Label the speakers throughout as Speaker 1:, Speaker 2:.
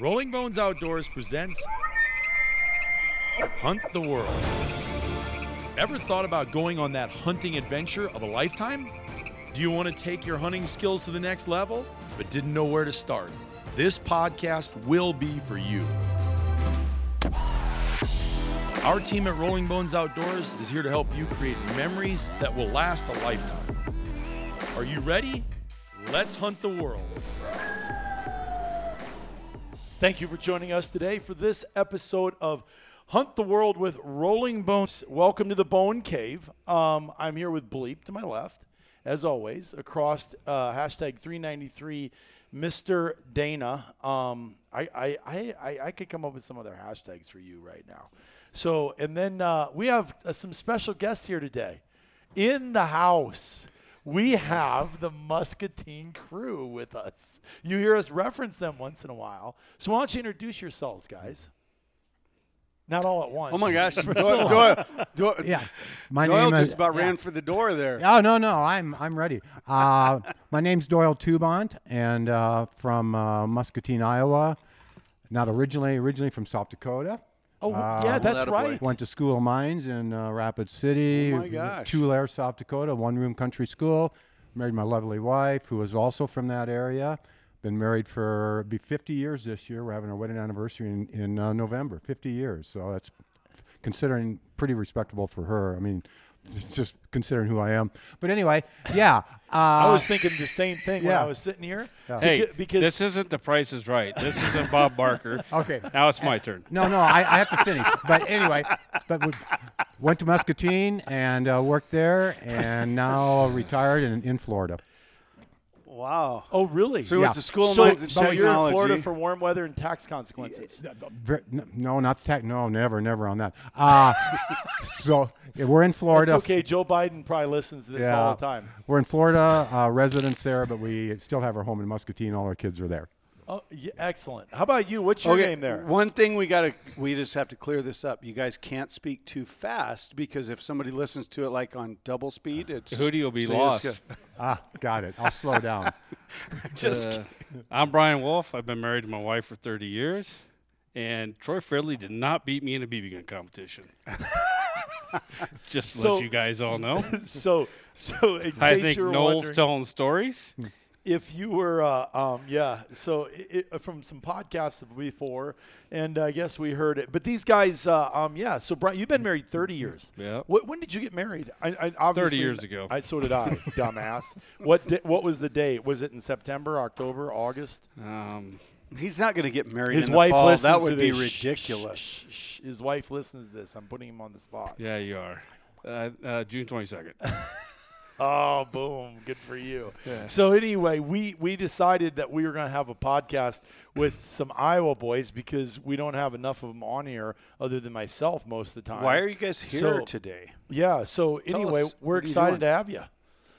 Speaker 1: Rolling Bones Outdoors presents Hunt the World. Ever thought about going on that hunting adventure of a lifetime? Do you want to take your hunting skills to the next level, but didn't know where to start? This podcast will be for you. Our team at Rolling Bones Outdoors is here to help you create memories that will last a lifetime. Are you ready? Let's hunt the world.
Speaker 2: Thank you for joining us today for this episode of Hunt the World with Rolling Bones. Welcome to the Bone Cave. Um, I'm here with Bleep to my left, as always, across uh, hashtag 393 Mr. Dana. Um, I, I, I, I, I could come up with some other hashtags for you right now. So, and then uh, we have uh, some special guests here today in the house we have the Muscatine crew with us. You hear us reference them once in a while. So why don't you introduce yourselves, guys? Not all at once.
Speaker 3: Oh my gosh, Doyle, Doyle, Doyle,
Speaker 4: Yeah, my
Speaker 3: Doyle
Speaker 4: name
Speaker 3: just
Speaker 4: is,
Speaker 3: about
Speaker 4: yeah.
Speaker 3: ran for the door there.
Speaker 4: Oh no, no, I'm I'm ready. Uh, my name's Doyle Tubont, and uh, from uh, Muscatine, Iowa. Not originally, originally from South Dakota.
Speaker 2: Oh,
Speaker 4: Uh,
Speaker 2: yeah,
Speaker 4: well,
Speaker 2: that's
Speaker 3: atta boy.
Speaker 2: right.
Speaker 4: Went to School of Mines in uh, Rapid City.
Speaker 3: Oh, my gosh.
Speaker 4: Tulare, South Dakota, one room country school. Married my lovely wife, who is also from that area. Been married for be 50 years this year. We're having our wedding anniversary in, in uh, November. 50 years, so that's considering pretty respectable for her. I mean, just considering who I am. But anyway, yeah. Uh,
Speaker 2: I was thinking the same thing when
Speaker 4: yeah.
Speaker 2: I was sitting here.
Speaker 5: Hey,
Speaker 2: Beca- because
Speaker 5: this isn't the Price is Right. This isn't Bob Barker.
Speaker 4: okay.
Speaker 5: Now it's my turn.
Speaker 4: No, no, I, I have to finish. But anyway, but we went to Muscatine and uh, worked there, and now retired in, in Florida.
Speaker 3: Wow.
Speaker 2: oh really?
Speaker 3: So we went
Speaker 4: Yeah.
Speaker 3: to school of
Speaker 2: So-
Speaker 3: mines and
Speaker 2: so you're in
Speaker 3: technology.
Speaker 2: Florida for warm weather and tax consequences.
Speaker 4: Ver- n- No, not tech. No, never, never on that. Uh, so yeah, we're in
Speaker 2: That's
Speaker 4: Florida.
Speaker 2: okay. Joe Biden probably listens to this all the time.
Speaker 4: We're in Florida, uh, residents there, but we still have our home in Muscatine. All our kids are there.
Speaker 2: Oh, yeah, excellent. How about you? What's your
Speaker 3: okay,
Speaker 2: name there?
Speaker 3: One thing we gotta, we just have to clear this up. You guys can't speak too fast because if somebody listens to it like on double speed, it's
Speaker 5: Hootie will be
Speaker 3: so you just
Speaker 5: lost.
Speaker 3: go-
Speaker 4: Ah, got it. I'll slow down.
Speaker 3: Just
Speaker 5: Uh, I'm Brian Wolf. I've been married to my wife for 30 years, and Troy Fairley did not beat me in a BB gun competition. Just to
Speaker 2: So-
Speaker 5: let you guys all know.
Speaker 2: so, so in
Speaker 5: I
Speaker 2: case
Speaker 5: think
Speaker 2: you're
Speaker 5: Noel's
Speaker 2: wondering-
Speaker 5: telling stories.
Speaker 2: if you were, uh, um, yeah, so i i from some podcasts before, and I guess we heard it. But these guys, uh, um, yeah. So Brian, you've been married thirty years.
Speaker 5: Yeah.
Speaker 2: What, when did you get married? I, I obviously,
Speaker 5: years ago.
Speaker 2: I so did I, dumbass. What di- what was the date? Was it in September, October, August?
Speaker 5: Um,
Speaker 3: he's not gonna get married.
Speaker 2: His
Speaker 3: in the
Speaker 2: wife
Speaker 3: fall.
Speaker 2: listens.
Speaker 3: That
Speaker 2: to
Speaker 3: would be
Speaker 2: this. Shh,
Speaker 3: ridiculous.
Speaker 2: shh, shh. His wife listens to this. I'm putting him on the spot.
Speaker 5: yeah, you are. Uh, uh, June 22nd.
Speaker 2: Oh, boom! Good for you. So anyway, we we decided that we were going to have a podcast with some Iowa boys because we don't have enough of them on here, other than myself most of the time.
Speaker 3: Why are you guys here
Speaker 2: So-
Speaker 3: today?
Speaker 2: Yeah. So anyway,
Speaker 3: us, what
Speaker 2: we're
Speaker 3: are you
Speaker 2: excited to
Speaker 3: doing?
Speaker 2: have you.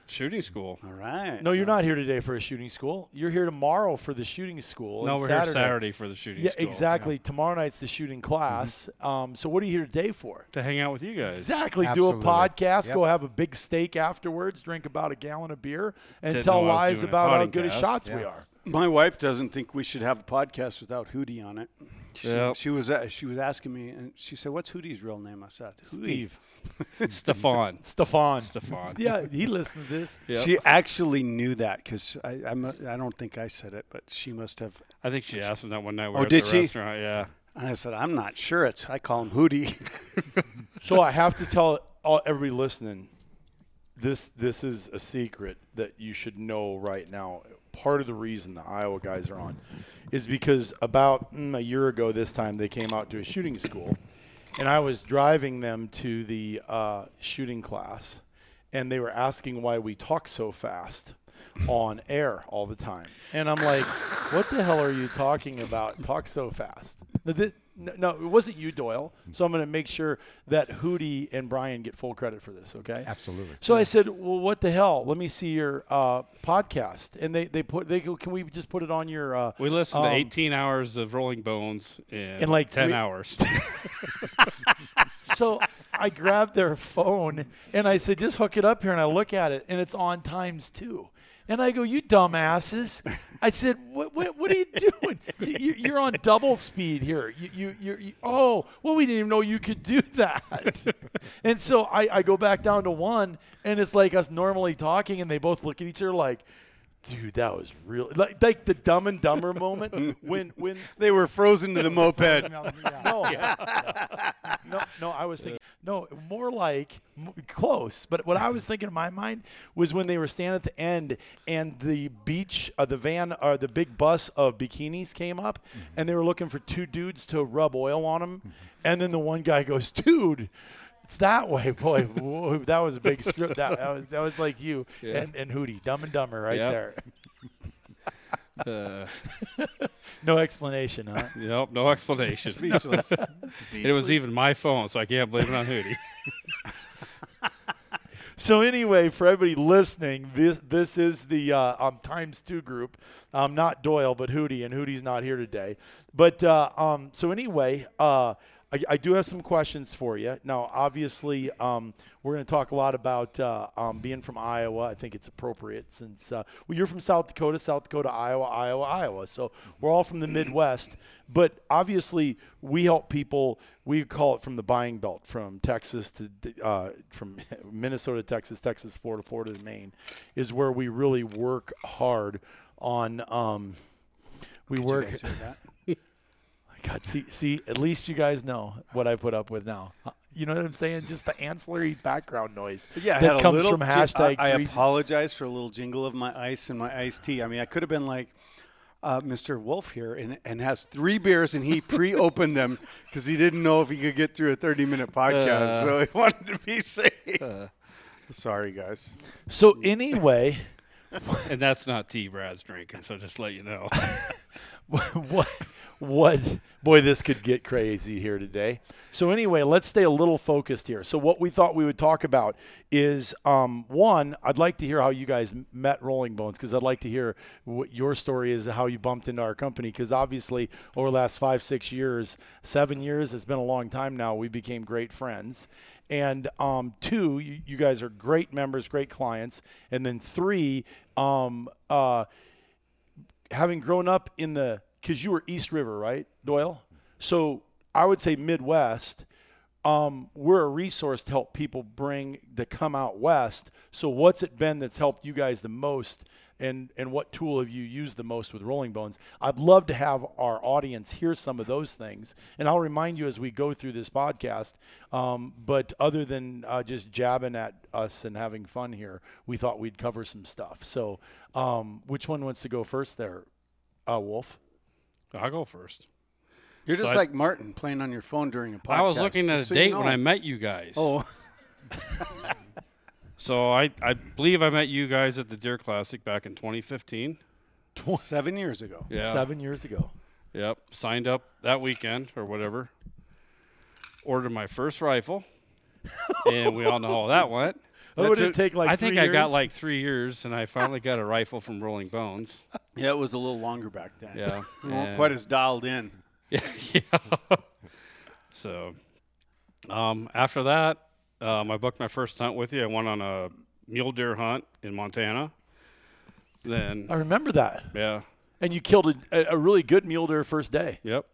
Speaker 5: Shooting school.
Speaker 3: All right.
Speaker 2: No, you're not here today for a shooting school. You're here tomorrow for the shooting school.
Speaker 5: No,
Speaker 2: and
Speaker 5: we're
Speaker 2: Saturday.
Speaker 5: here Saturday for the shooting
Speaker 2: Yeah,
Speaker 5: school.
Speaker 2: exactly. Tomorrow night's the shooting class.
Speaker 3: Mm-hmm.
Speaker 2: Um, so what are you here today for?
Speaker 5: To hang out with you guys.
Speaker 2: Exactly.
Speaker 4: Absolutely.
Speaker 2: Do a podcast.
Speaker 4: Yep.
Speaker 2: Go have a big steak afterwards. Drink about a gallon of beer and
Speaker 5: Didn't
Speaker 2: tell
Speaker 5: know I was
Speaker 2: lies
Speaker 5: doing a
Speaker 2: about how good at
Speaker 5: podcast.
Speaker 2: shots we
Speaker 4: Yeah.
Speaker 2: are.
Speaker 3: My wife doesn't think we should have a podcast without Hootie on it. She,
Speaker 5: Yep.
Speaker 3: she was uh, she was asking me, and she said, "What's Hootie's real name?" I said, "Hootie."
Speaker 2: Steve,
Speaker 5: Stefan.
Speaker 2: Stefan.
Speaker 5: Stefan.
Speaker 2: yeah, he listens to this.
Speaker 5: Yep.
Speaker 3: She actually knew that because I I'm, I don't think I said it, but she must have.
Speaker 5: I think she asked him that one night. we were at
Speaker 3: Oh, did
Speaker 5: the
Speaker 3: she?
Speaker 5: Restaurant. Yeah.
Speaker 3: And I said, "I'm not sure." It's I call him Hootie.
Speaker 2: So I have to tell all, everybody listening, this this is a secret that you should know right now. Part of the reason the Iowa guys are on is because about mm, a year ago this time they came out to a shooting school, and I was driving them to the uh, shooting class, and they were asking why we talk so fast on air all the time, and I'm like, what the hell are you talking about? Talk so fast. No, thi- no, no, it wasn't you, Doyle. So I'm going to make sure that Hootie and Brian get full credit for this. Okay.
Speaker 4: Absolutely.
Speaker 2: So I said, "Well, what the hell? Let me see your uh, podcast." And they they put they go, "Can we just put it on your?" Uh,
Speaker 5: We listened
Speaker 2: um,
Speaker 5: to 18 hours of Rolling Bones in,
Speaker 2: In like
Speaker 5: 10
Speaker 2: three-
Speaker 5: hours.
Speaker 2: so I grabbed their phone and I said, "Just hook it up here." And I look at it, and it's on times two. And I go, you dumbasses. I said, what, what, what are you doing? You, you, you're on double speed here. You, you, you're, you, oh, well, we didn't even know you could do that. and so I, I go back down to one, and it's like us normally talking, and they both look at each other like, dude, that was real. Like, like the dumb and dumber moment when, when,
Speaker 3: They were frozen to the moped.
Speaker 2: no, no, no, I was thinking, no, more like m- close. But what I was thinking in my mind was when they were standing at the end and the beach, uh, the van, or the big bus of bikinis came up
Speaker 5: Mm-hmm.
Speaker 2: and they were looking for two dudes to rub oil on them. And then the one guy goes, dude. It's that way, boy. Whoa, that was a big script. That, that was that was like you
Speaker 5: Yeah.
Speaker 2: and, and Hootie, Dumb and Dumber, right
Speaker 5: Yep.
Speaker 2: there.
Speaker 5: Uh,
Speaker 2: No explanation, huh?
Speaker 5: nope, no explanation.
Speaker 3: Speechless.
Speaker 5: And It was even my phone, so I can't blame it on Hootie.
Speaker 2: So anyway, for everybody listening, this this is the uh, um, times two group. Um, not Doyle, but Hootie, and Hootie's not here today. But uh, um, so anyway, uh, I, I do have some questions for you. Now, obviously, um, we're going to talk a lot about uh, um, being from Iowa. I think it's appropriate since uh, well, you're from South Dakota, South Dakota, Iowa, Iowa, Iowa. So
Speaker 3: Mm-hmm.
Speaker 2: we're all from the Midwest. But obviously, we help people. We call it from the buying belt, from Texas to uh, from Minnesota, to Texas, Texas, Florida, Florida to Maine, is where we really work hard on. Um, we work. Oh God, see, see, at least you guys know what I put up with now. You know what I'm saying? Just the ancillary background noise
Speaker 3: Yeah, I had
Speaker 2: that
Speaker 3: a
Speaker 2: comes
Speaker 3: little
Speaker 2: from
Speaker 3: jing-
Speaker 2: hashtag.
Speaker 3: I, I
Speaker 2: three-
Speaker 3: apologize for a little jingle of my ice and my iced tea. I mean, I could have been like uh, Mr. Wolf here and, and has three beers and he pre-opened them because he didn't know if he could get through a 30-minute podcast,
Speaker 5: Uh.
Speaker 3: so he wanted to be safe. Sorry, guys.
Speaker 2: so anyway,
Speaker 5: And that's not tea Brad's drinking, so just let you know.
Speaker 2: what what boy this could get crazy here today so anyway let's stay a little focused here so what we thought we would talk about is um, one i'd like to hear how you guys m- met rolling bones because i'd like to hear what your story is how you bumped into our company because obviously over the last five six years seven years it's been a long time now we became great friends and um, two you, you guys are great members great clients and then three um, uh, having grown up in the because you were East River, right, Doyle? So I would say Midwest. Um, we're a resource to help people bring the come out west. So what's it been that's helped you guys the most, and and what tool have you used the most with Rolling Bones? I'd love to have our audience hear some of those things, and I'll remind you as we go through this podcast. Um, but other than uh, just jabbing at us and having fun here, we thought we'd cover some stuff. So um, which one wants to go first there? Uh, Wolf.
Speaker 5: I'll go first.
Speaker 3: You're just
Speaker 5: I-
Speaker 3: like Martin playing on your phone during a podcast.
Speaker 5: I was looking at a
Speaker 3: just so you
Speaker 5: date
Speaker 3: know.
Speaker 5: when I met you guys.
Speaker 3: Oh,
Speaker 5: So I, I believe I met you guys at the Deer Classic back in 2015.
Speaker 3: seven years ago.
Speaker 5: Yeah.
Speaker 2: Seven years ago.
Speaker 5: Yep. Signed up that weekend or whatever. Ordered my first rifle. and we all know how that went.
Speaker 2: That
Speaker 5: That
Speaker 2: would it
Speaker 5: took-
Speaker 2: take, like,
Speaker 5: I think
Speaker 2: three
Speaker 5: I got
Speaker 2: years?
Speaker 5: like three years, and I finally got a rifle from Rolling Bones.
Speaker 3: Yeah, it was a little longer back then.
Speaker 5: Yeah,
Speaker 3: We weren't
Speaker 5: and-
Speaker 3: quite as dialed in.
Speaker 5: yeah. so, um, after that, um, I booked my first hunt with you. I went on a mule deer hunt in Montana. Then,
Speaker 2: I remember that.
Speaker 5: yeah,
Speaker 2: And you killed a, a really good mule deer first day.
Speaker 5: yep,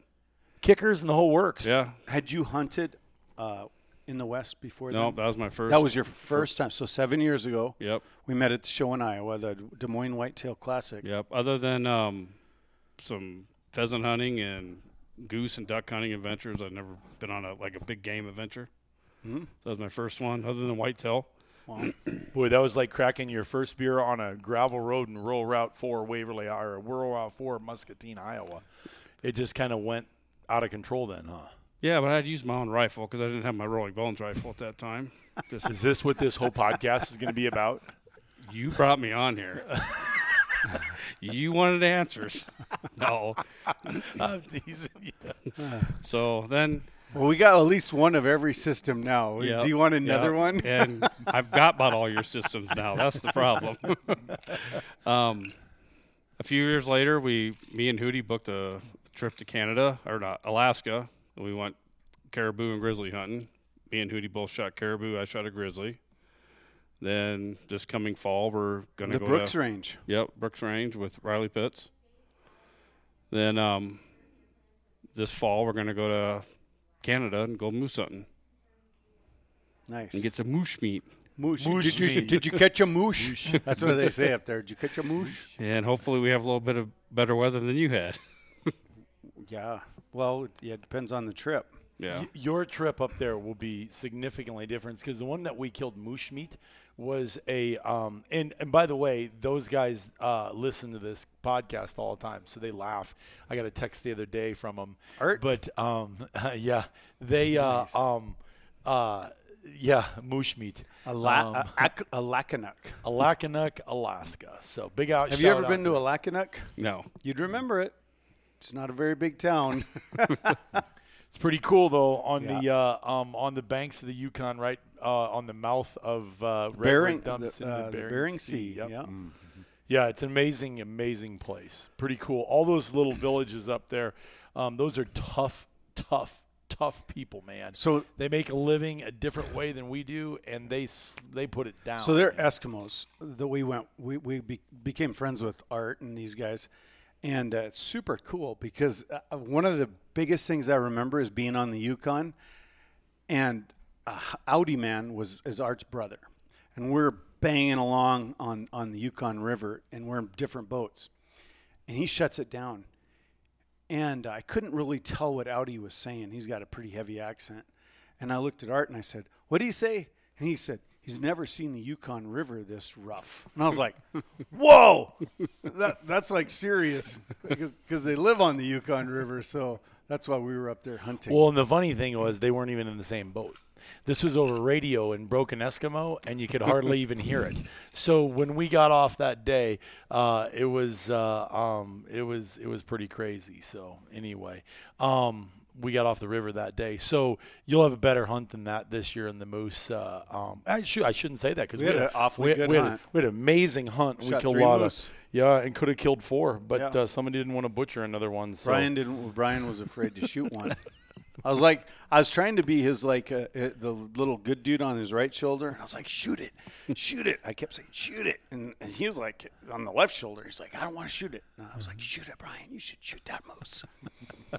Speaker 2: Kickers and the whole works.
Speaker 5: yeah.
Speaker 3: Had you hunted uh, in the West before
Speaker 5: No,
Speaker 3: then?
Speaker 5: that was my first.
Speaker 3: That was your first time. So seven years ago.
Speaker 5: Yep,
Speaker 3: We met at the show in Iowa, the Des Moines Whitetail Classic.
Speaker 5: yep. Other than um, some pheasant hunting and goose and duck hunting adventures, I've never been on a like a big game adventure. That was my first one. Other than whitetail,
Speaker 2: Boy, that was like cracking your first beer on a gravel road in rural Route 4, Waverly, or rural Route 4, Muscatine, Iowa. It just kind of went out of control then, huh?
Speaker 5: yeah, but I'd used my own rifle because I didn't have my Rolling Bones rifle at that time. Just
Speaker 2: Is this what this whole podcast is going to be about?
Speaker 5: You brought me on here. you wanted answers. No.
Speaker 2: I'm teasing you.
Speaker 5: So then,
Speaker 3: Well, we got at least one of every system now.
Speaker 5: yeah,
Speaker 3: Do you want
Speaker 5: yeah,
Speaker 3: another one?
Speaker 5: and I've got about all your systems now. That's the problem. um, a few years later, we, me and Hootie, booked a trip to Canada or not Alaska. And we went caribou and grizzly hunting. Me and Hootie both shot caribou. I shot a grizzly. Then this coming fall, we're going
Speaker 3: The
Speaker 5: go
Speaker 3: Brooks
Speaker 5: to
Speaker 3: Range.
Speaker 5: Yep, Brooks Range with Riley Pitts. Then um, this fall we're gonna go to Canada and go moose hunting
Speaker 3: Nice.
Speaker 5: and get some moose meat,
Speaker 3: moosh.
Speaker 2: Moosh
Speaker 3: did, you,
Speaker 2: meat.
Speaker 3: did you catch a moosh? That's what they say up there. Did you catch a moosh?
Speaker 5: and hopefully we have a little bit of better weather than you had.
Speaker 3: Yeah. Well, yeah, it depends on the trip.
Speaker 5: yeah,
Speaker 2: Y- Your trip up there will be significantly different because the one that we killed moosh meat was a um and and by the way those guys uh, listen to this podcast all the time so they laugh. I got a text the other day from them.
Speaker 3: Art?
Speaker 2: but um yeah they uh, um uh yeah moosh meat
Speaker 3: A, la-
Speaker 2: um,
Speaker 3: a, ac- a Lakanuk.
Speaker 2: Alakanuk, Alaska. So big out.
Speaker 3: Have you
Speaker 2: shout
Speaker 3: ever
Speaker 2: out
Speaker 3: been to a Lakanuk?
Speaker 5: no,
Speaker 3: You'd remember it. It's not a very big town.
Speaker 2: It's pretty cool though on the uh, um, on the banks of the Yukon, right uh, on the mouth of uh, Red
Speaker 3: Bering,
Speaker 2: Lake dumps
Speaker 3: the,
Speaker 2: into
Speaker 3: uh, the Bering, Sea.
Speaker 2: Yep.
Speaker 3: Yeah.
Speaker 2: Yeah, it's an amazing, amazing place. Pretty cool. All those little villages up there. Um, those are tough, tough, tough people, man.
Speaker 3: So-
Speaker 2: they make a living a different way than we do, and they s- they put it down.
Speaker 3: So they're Eskimos that we went, we, we be, became friends with Art and these guys. And uh, it's super cool because uh, one of the biggest things I remember is being on the Yukon and uh, Audi Man was is Art's brother. And we're banging along on, on the Yukon River and we're in different boats. And he shuts it down. And I couldn't really tell what Audi was saying. He's got a pretty heavy accent. And I looked at Art and I said, What do you say? And he said, He's never seen the Yukon River this rough. And I was like, Whoa! That, that's like serious because they live on the Yukon River. So that's why we were up there hunting.
Speaker 2: Well, and the funny thing was they weren't even in the same boat. This was over radio in broken Eskimo, and you could hardly even hear it. So when we got off that day, uh, it was uh, um, it was it was pretty crazy. So anyway, um, we got off the river that day. So you'll have a better hunt than that this year in the moose. Uh, um, I, should, I shouldn't say that because we,
Speaker 3: had an awfully
Speaker 2: we, had-
Speaker 3: good
Speaker 2: we had a-
Speaker 3: hunt.
Speaker 2: we had an amazing hunt. we
Speaker 3: Shot
Speaker 2: killed
Speaker 3: three
Speaker 2: a lot
Speaker 3: moose.
Speaker 2: of yeah, and could have killed four, but
Speaker 3: Yeah.
Speaker 2: uh, somebody didn't want to butcher another one. So.
Speaker 3: Brian didn't. well, Brian was afraid to shoot one. I was like, I was trying to be his like uh, uh, the little good dude on his right shoulder, and I was like, shoot it, shoot it. I kept saying, shoot it, and, and he was like on the left shoulder. He's like, I don't want to shoot it. And I was like, shoot it, Brian. You should shoot that moose.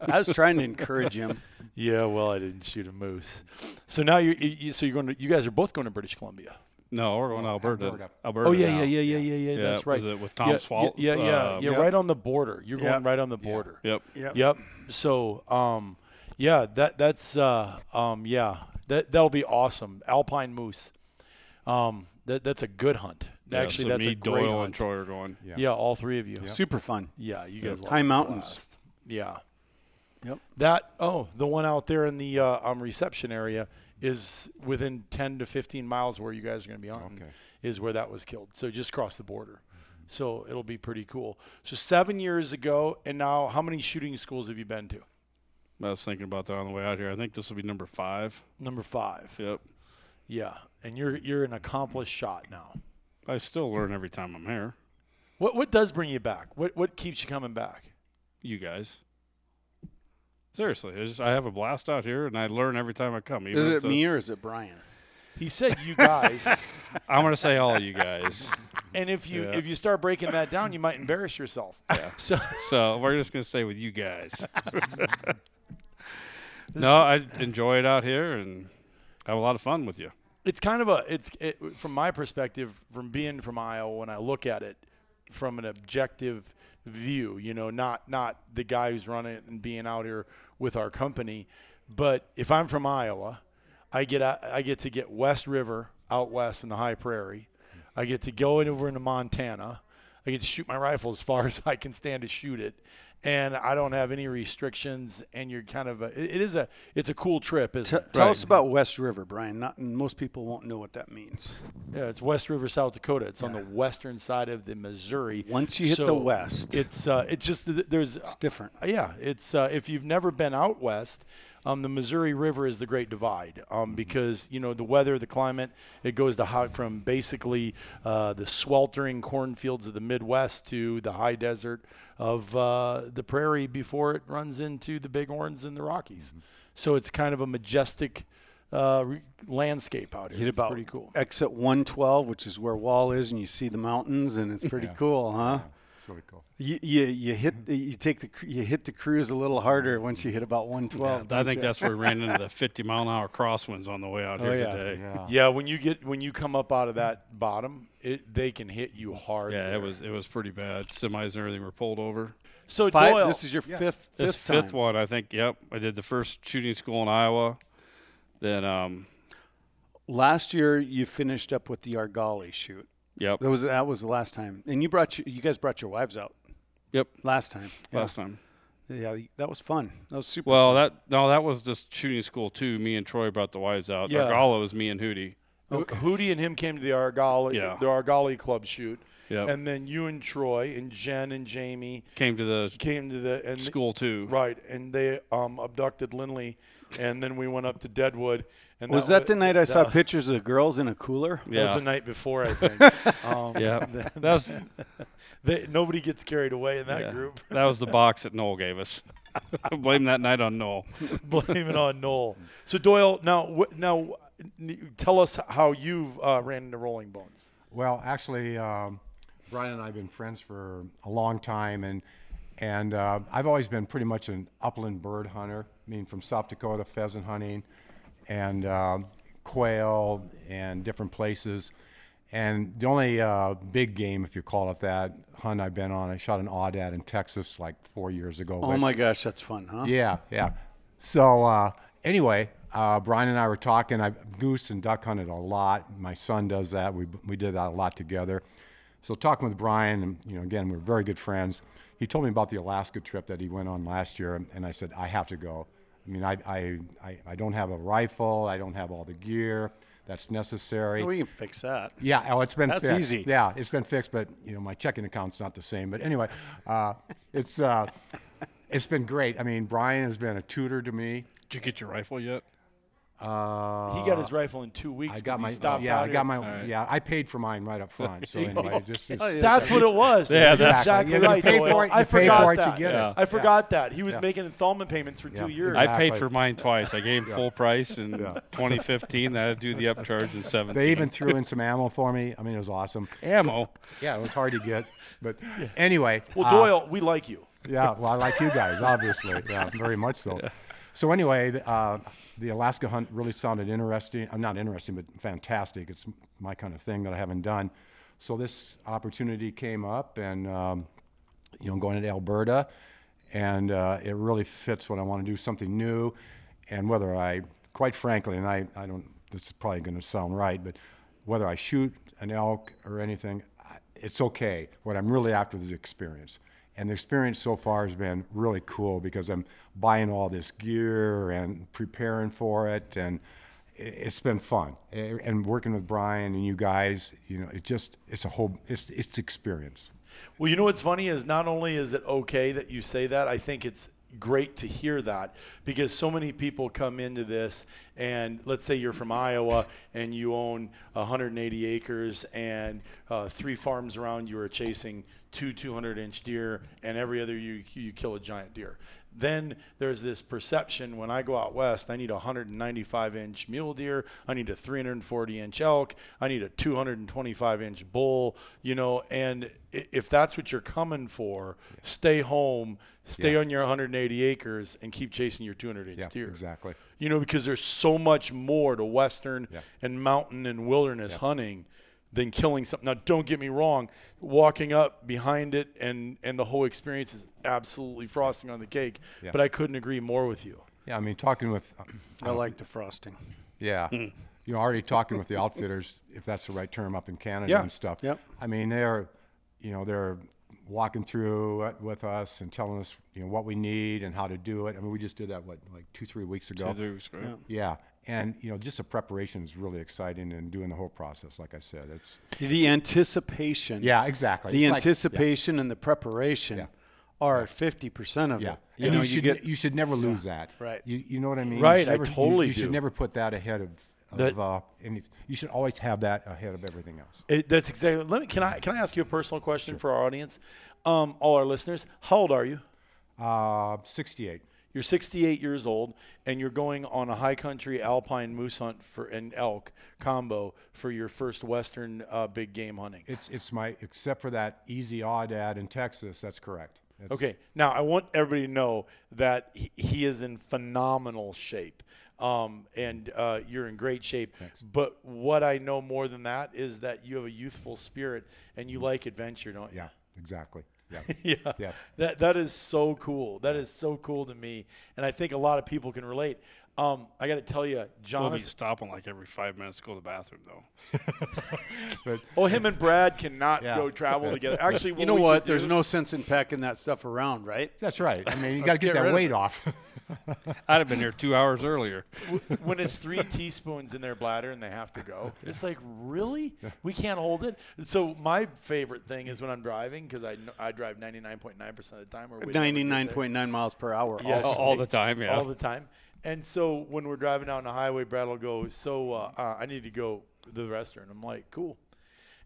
Speaker 3: I was trying to encourage him.
Speaker 2: Yeah, well, I didn't shoot a moose. So now you, you so you're going to you guys are both going to British Columbia.
Speaker 5: no, we're going to Alberta. Alberta.
Speaker 4: Alberta.
Speaker 2: Oh yeah,
Speaker 5: now.
Speaker 2: yeah, yeah, yeah, yeah, yeah.
Speaker 5: Yeah,
Speaker 2: That's right.
Speaker 5: was it with Tom
Speaker 2: yeah,
Speaker 5: Swaltz?
Speaker 2: Yeah, yeah, yeah.
Speaker 5: Um,
Speaker 2: yeah,
Speaker 5: yeah.
Speaker 2: Right on the border. You're going
Speaker 3: Yeah.
Speaker 2: right on the border.
Speaker 5: Yep.
Speaker 3: Yep.
Speaker 2: Yep. So, um, yeah, that that's uh, um, yeah, that that'll be awesome. Alpine moose. Um, that that's a good hunt.
Speaker 5: Yeah,
Speaker 2: Actually,
Speaker 5: so
Speaker 2: that's
Speaker 5: me,
Speaker 2: a great
Speaker 5: Doyle, and
Speaker 2: hunt.
Speaker 5: Troy are going.
Speaker 2: Yeah. all three of you.
Speaker 3: Super fun.
Speaker 2: Yeah, you guys.
Speaker 3: High
Speaker 2: love
Speaker 3: mountains.
Speaker 2: blast. Yeah.
Speaker 3: Yep.
Speaker 2: That oh, the one out there in the uh, um, reception area is within ten to fifteen miles where you guys are going to be on.
Speaker 4: Okay.
Speaker 2: Is where that was killed. So just across the border. So it'll be pretty cool. So seven years ago, and now how many shooting schools have you been to?
Speaker 5: I was thinking about that on the way out here. I think this will be number five.
Speaker 2: Number five.
Speaker 5: Yep.
Speaker 2: Yeah, and you're you're an accomplished shot now.
Speaker 5: I still learn every time I'm here.
Speaker 2: What what does bring you back? What what keeps you coming back?
Speaker 5: You guys. Seriously, I, just, I have a blast out here, and I learn every time I come. even
Speaker 3: Is
Speaker 5: if
Speaker 3: it
Speaker 5: the-
Speaker 3: me or is it Brian?
Speaker 2: He said you guys,
Speaker 5: I'm going to say all you guys.
Speaker 2: and if you
Speaker 5: Yeah.
Speaker 2: if you start breaking that down, you might embarrass yourself. Yeah. So
Speaker 5: So we're just gonna stay with you guys. no, I enjoy it out here and have a lot of fun with you.
Speaker 2: it's kind of a it's it, from my perspective from being from Iowa when I look at it from an objective view you know not not the guy who's running it and being out here with our company but if I'm from Iowa I get out, I get to get West River out west in the high prairie I get to go in over into Montana I get to shoot my rifle as far as I can stand to shoot it, and I don't have any restrictions. And you're kind of a, it it is a, it's a cool trip, isn't
Speaker 3: T-
Speaker 2: it?
Speaker 3: Tell us about West River, Brian. Not most people won't know what that means.
Speaker 2: Yeah, it's West River, South Dakota. It's on the western side of the Missouri.
Speaker 3: Once you hit the
Speaker 2: So
Speaker 3: west.
Speaker 2: it's uh, it's just th- there's
Speaker 3: It's different.
Speaker 2: yeah, it's uh, if you've never been out west, um, the Missouri River is the Great Divide
Speaker 3: Mm-hmm.
Speaker 2: um, because you know the weather, the climate, it goes to high, from basically uh, the sweltering cornfields of the Midwest to the high desert of uh, the
Speaker 3: Mm-hmm.
Speaker 2: prairie before it runs into the Big Horns and the Rockies. So it's kind of a majestic uh, re- landscape out here.
Speaker 3: Hit
Speaker 2: It's
Speaker 3: about
Speaker 2: pretty cool.
Speaker 3: exit 112, which is where Wall is, and you see the mountains, and it's pretty cool, huh?
Speaker 4: really cool.
Speaker 3: You, you you hit the, you take the cr- you hit the cruise a little harder once you hit about 112.
Speaker 5: I
Speaker 3: don't
Speaker 5: think
Speaker 3: you?
Speaker 5: that's where we ran into the 50 mile an hour crosswinds on the way out here
Speaker 3: yeah.
Speaker 5: today.
Speaker 4: Yeah.
Speaker 2: Yeah, when you get when you come up out of that bottom, it they can hit you hard.
Speaker 5: Yeah,
Speaker 2: there.
Speaker 5: it was it was pretty bad. Semis and everything were pulled over.
Speaker 2: so
Speaker 3: Five-
Speaker 2: Doyle.
Speaker 3: This is your fifth fifth
Speaker 5: This
Speaker 3: time.
Speaker 5: fifth one, I think. Yep, I did the first shooting school in Iowa. Then, um,
Speaker 3: Last year you finished up with the Argali shoot.
Speaker 5: yep,
Speaker 3: That was that was the last time, and you brought your, you guys brought your wives out
Speaker 5: yep.
Speaker 3: last time. Yeah.
Speaker 5: Last time.
Speaker 3: yeah, that was fun. That was super.
Speaker 5: Well, that no, that was just shooting school too. Me and Troy brought the wives out.
Speaker 2: Yeah.
Speaker 5: Yeah. Argala was me and Hootie.
Speaker 2: Hootie and him came to the Argali,
Speaker 5: Yeah.
Speaker 2: the Argali club shoot,
Speaker 5: Yep.
Speaker 2: and then you and Troy and Jen and Jamie
Speaker 5: Came to the
Speaker 2: came to the and
Speaker 5: school too.
Speaker 2: right, and they um, abducted Lindley, and then we went up to Deadwood. And
Speaker 3: was that the night I saw pictures of the girls in a cooler?
Speaker 2: That was
Speaker 5: uh, Yeah,
Speaker 2: the night before, I think. um,
Speaker 5: yeah. That was
Speaker 2: they, nobody gets carried away in that
Speaker 5: yeah.
Speaker 2: group.
Speaker 5: that was the box that Noel gave us. Blame that night on Noel.
Speaker 2: Blame it on Noel. So Doyle, now wh- now, n- tell us how you uh, ran into Rolling Bones.
Speaker 4: Well, actually, um, Brian and I have been friends for a long time, and and uh, I've always been pretty much an upland bird hunter. I mean, from South Dakota, pheasant hunting, and uh, quail, and different places. And the only uh, big game, if you call it that, hunt I've been on, I shot an oddad in Texas like four years ago.
Speaker 3: Oh
Speaker 4: but-
Speaker 3: my gosh, that's fun, huh?
Speaker 4: yeah, yeah. So uh, anyway, uh, Brian and I were talking. I goose and duck hunted a lot. My son does that. We we did that a lot together. So talking with Brian, and you know, again, we're very good friends. He told me about the Alaska trip that he went on last year, and, and I said I have to go. I mean, I, I I I don't have a rifle. I don't have all the gear that's necessary.
Speaker 3: We can fix that.
Speaker 4: Yeah, oh, it's been
Speaker 3: That's
Speaker 4: fixed.
Speaker 3: easy.
Speaker 4: Yeah, it's been fixed, but you know my checking account's not the same. But anyway, uh, it's uh, it's been great. I mean, Brian has been a tutor to me.
Speaker 5: Did you get your rifle yet?
Speaker 4: Uh,
Speaker 2: he got his rifle in two weeks.
Speaker 4: I
Speaker 2: 'cause
Speaker 4: got
Speaker 2: he
Speaker 4: my
Speaker 2: stopped
Speaker 4: yeah, I
Speaker 2: out here.
Speaker 4: got my yeah. I paid for mine right up front. So anyway, just, uh, just
Speaker 2: Oh, That's what it was.
Speaker 5: Yeah, that's-
Speaker 2: exactly
Speaker 4: You're gonna
Speaker 2: right.
Speaker 4: pay
Speaker 2: Doyle.
Speaker 4: for it,
Speaker 2: I
Speaker 4: you pay
Speaker 2: forgot
Speaker 4: for it, you
Speaker 2: that.
Speaker 4: get it. Yeah.
Speaker 2: I forgot that he was making installment payments for
Speaker 4: Yeah.
Speaker 2: two years.
Speaker 4: I-
Speaker 5: I paid
Speaker 4: Exactly.
Speaker 5: for mine twice. I gave him full price in 2015. Then I had to do the upcharge in 17.
Speaker 4: they even threw in some ammo for me. I mean, it was awesome.
Speaker 5: ammo.
Speaker 4: Yeah, it was hard to get, but anyway.
Speaker 2: well,
Speaker 4: uh,
Speaker 2: Doyle, we like you.
Speaker 4: yeah, well, I like you guys, obviously. Yeah, very much so. So anyway, the, uh, the Alaska hunt really sounded interesting. I'm not interesting, but fantastic. It's my kind of thing that I haven't done. So this opportunity came up, and um, you know, going to Alberta, and uh, it really fits what I want to do, something new, and whether I, quite frankly, and I, I don't. This is probably going to sound right, but whether I shoot an elk or anything, I- it's okay. What I'm really after is the experience. And the experience so far has been really cool because I'm buying all this gear and preparing for it, and i- it's been fun. A- And working with Brian and you guys, you know, it just it's a whole it's it's experience.
Speaker 2: Well, you know what's funny is not only is it okay that you say that, I think it's great to hear that because so many people come into this and let's say you're from Iowa and you own 180 acres and uh, three farms around you are chasing two 200 inch deer and every other you you kill a giant deer then there's this perception when I go out west, I need a 195 inch mule deer, I need a 340 inch elk, I need a 225 inch bull, you know. And i- if that's what you're coming for, stay home, stay on your 180 acres, and keep chasing your 200 inch
Speaker 4: Yeah,
Speaker 2: deer.
Speaker 4: exactly.
Speaker 2: You know, because there's so much more to western
Speaker 4: Yeah.
Speaker 2: and mountain and wilderness hunting than killing something. Now, don't get me wrong, walking up behind it and and the whole experience is absolutely frosting on the cake.
Speaker 4: Yeah.
Speaker 2: But I couldn't agree more with you.
Speaker 4: Yeah, I mean, talking with,
Speaker 3: I like the frosting.
Speaker 4: yeah, you know, already talking with the outfitters, if that's the right term, up in Canada
Speaker 2: Yeah,
Speaker 4: and stuff.
Speaker 3: yep.
Speaker 4: I mean, they're, you know, they're walking through it with us and telling us, you know, what we need and how to do it. I mean, we just did that what like two, three weeks ago.
Speaker 5: It was great.
Speaker 4: Yeah, and you know, just the preparation is really exciting and doing the whole process. Like I said, it's
Speaker 3: The anticipation.
Speaker 4: yeah, exactly.
Speaker 3: The
Speaker 4: It's like-
Speaker 3: anticipation and the preparation are fifty percent of
Speaker 4: Yeah.
Speaker 3: it. You
Speaker 4: and
Speaker 3: know,
Speaker 4: you,
Speaker 3: you
Speaker 4: should
Speaker 3: get
Speaker 4: you should never lose that.
Speaker 3: Right.
Speaker 4: You, you know what I mean? You
Speaker 2: Right,
Speaker 4: should
Speaker 2: I
Speaker 4: never- you-
Speaker 2: totally
Speaker 4: You,
Speaker 2: do.
Speaker 4: should never put that ahead of, of
Speaker 2: That-
Speaker 4: uh, any, you should always have that ahead of everything else.
Speaker 2: It, that's exactly. Let me. Can I can I ask you a personal question for our audience, um, all our listeners? How old are you?
Speaker 4: Uh, 68.
Speaker 2: You're 68 years old, and you're going on a high country alpine moose hunt for an elk combo for your first Western uh, big game hunting.
Speaker 4: It's it's my except for that easy odd ad in Texas. That's correct. That's-
Speaker 2: Okay, now I want everybody to know that he, he is in phenomenal shape, um, and uh, you're in great shape. But what I know more than that is that you have a youthful spirit and you like adventure, don't you?
Speaker 4: Yeah. Exactly. Yeah.
Speaker 2: yeah.
Speaker 4: Yeah.
Speaker 2: That that is so cool. That is so cool to me, and I think a lot of people can relate. Um, I got to tell you,
Speaker 5: We'll be
Speaker 2: Jonathan.
Speaker 5: stopping like every five minutes to go to the bathroom, though.
Speaker 4: but
Speaker 2: Oh, him and Brad cannot
Speaker 4: Yeah.
Speaker 2: go travel together. Actually,
Speaker 3: You know what? There's no sense in packing that stuff around, right?
Speaker 4: that's right. I mean, you got to
Speaker 3: get
Speaker 4: get,
Speaker 3: rid of
Speaker 4: that weight
Speaker 3: it.
Speaker 4: off.
Speaker 5: I'd have been here two hours earlier.
Speaker 2: when it's three teaspoons in their bladder and they have to go. It's like really, we can't hold it. So my favorite thing is when I'm driving because I kn- I drive 99.9 percent of the time. Or we never get there.
Speaker 3: 99.9 miles per hour. Oh,
Speaker 2: Yes.
Speaker 5: All- all the time, yeah.
Speaker 2: All the time. And so when we're driving out on the highway, Brad will go, So uh, uh, I need to go to the restaurant. I'm like, Cool.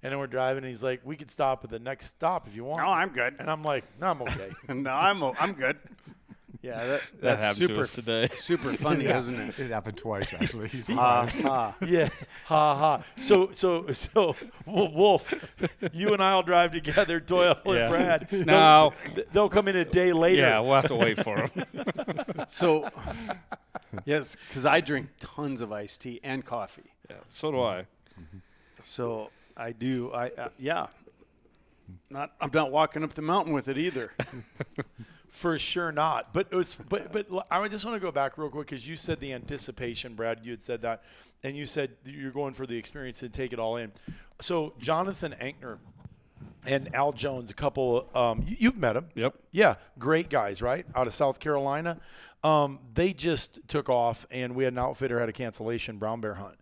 Speaker 2: And then we're driving, and he's like, We could stop at the next stop if you want.
Speaker 5: Oh,
Speaker 3: No, I'm good.
Speaker 2: And I'm like, No, I'm okay.
Speaker 3: no, I'm o- I'm good.
Speaker 2: yeah. That,
Speaker 5: That happened
Speaker 3: super
Speaker 5: to us today.
Speaker 3: Super funny, isn't it?
Speaker 4: it happened twice actually. He's
Speaker 3: Uh,
Speaker 4: lying.
Speaker 3: uh,
Speaker 2: yeah. Ha ha. So, so, so, Wo- Wolf, you and I'll drive together, Doyle
Speaker 5: Yeah.
Speaker 2: and Brad. They'll-
Speaker 5: No.
Speaker 2: They'll, come in a day later.
Speaker 5: Yeah, we'll have to wait for him.
Speaker 3: so, yes, because I drink tons of iced tea and coffee.
Speaker 5: yeah, so do I.
Speaker 3: So I do. I uh, yeah. Not, I'm not walking up the mountain with it either.
Speaker 2: For sure not. But it was. But but l- I just want to go back real quick because you said the anticipation, Brad. You had said that, and you said that you're going for the experience and take it all in. So Jonathan Ankner and Al Jones, a couple. Um, you, you've met him.
Speaker 5: Yep.
Speaker 2: Yeah, great guys, right? Out of South Carolina. Um, they just took off, and we had an outfitter had a cancellation brown bear hunt,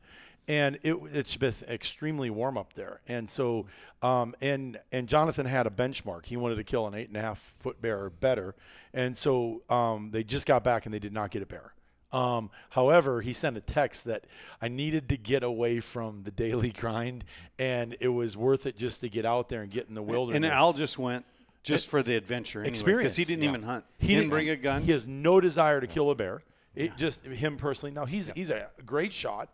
Speaker 2: and it, it's been extremely warm up there. And so, um, and and Jonathan had a benchmark. He wanted to kill an eight and a half foot bear or better, and so um, they just got back and they did not get a bear. Um, however, he sent a text that I needed to get away from the daily grind, and it was worth it just to get out there and get in the wilderness.
Speaker 3: and Al just went just for the adventure anyway, 'cause
Speaker 2: Experience,
Speaker 3: he didn't
Speaker 2: yeah.
Speaker 3: even hunt. He, didn't bring a gun.
Speaker 2: He has no desire to kill a bear. It just him personally. Now he's he's a great shot.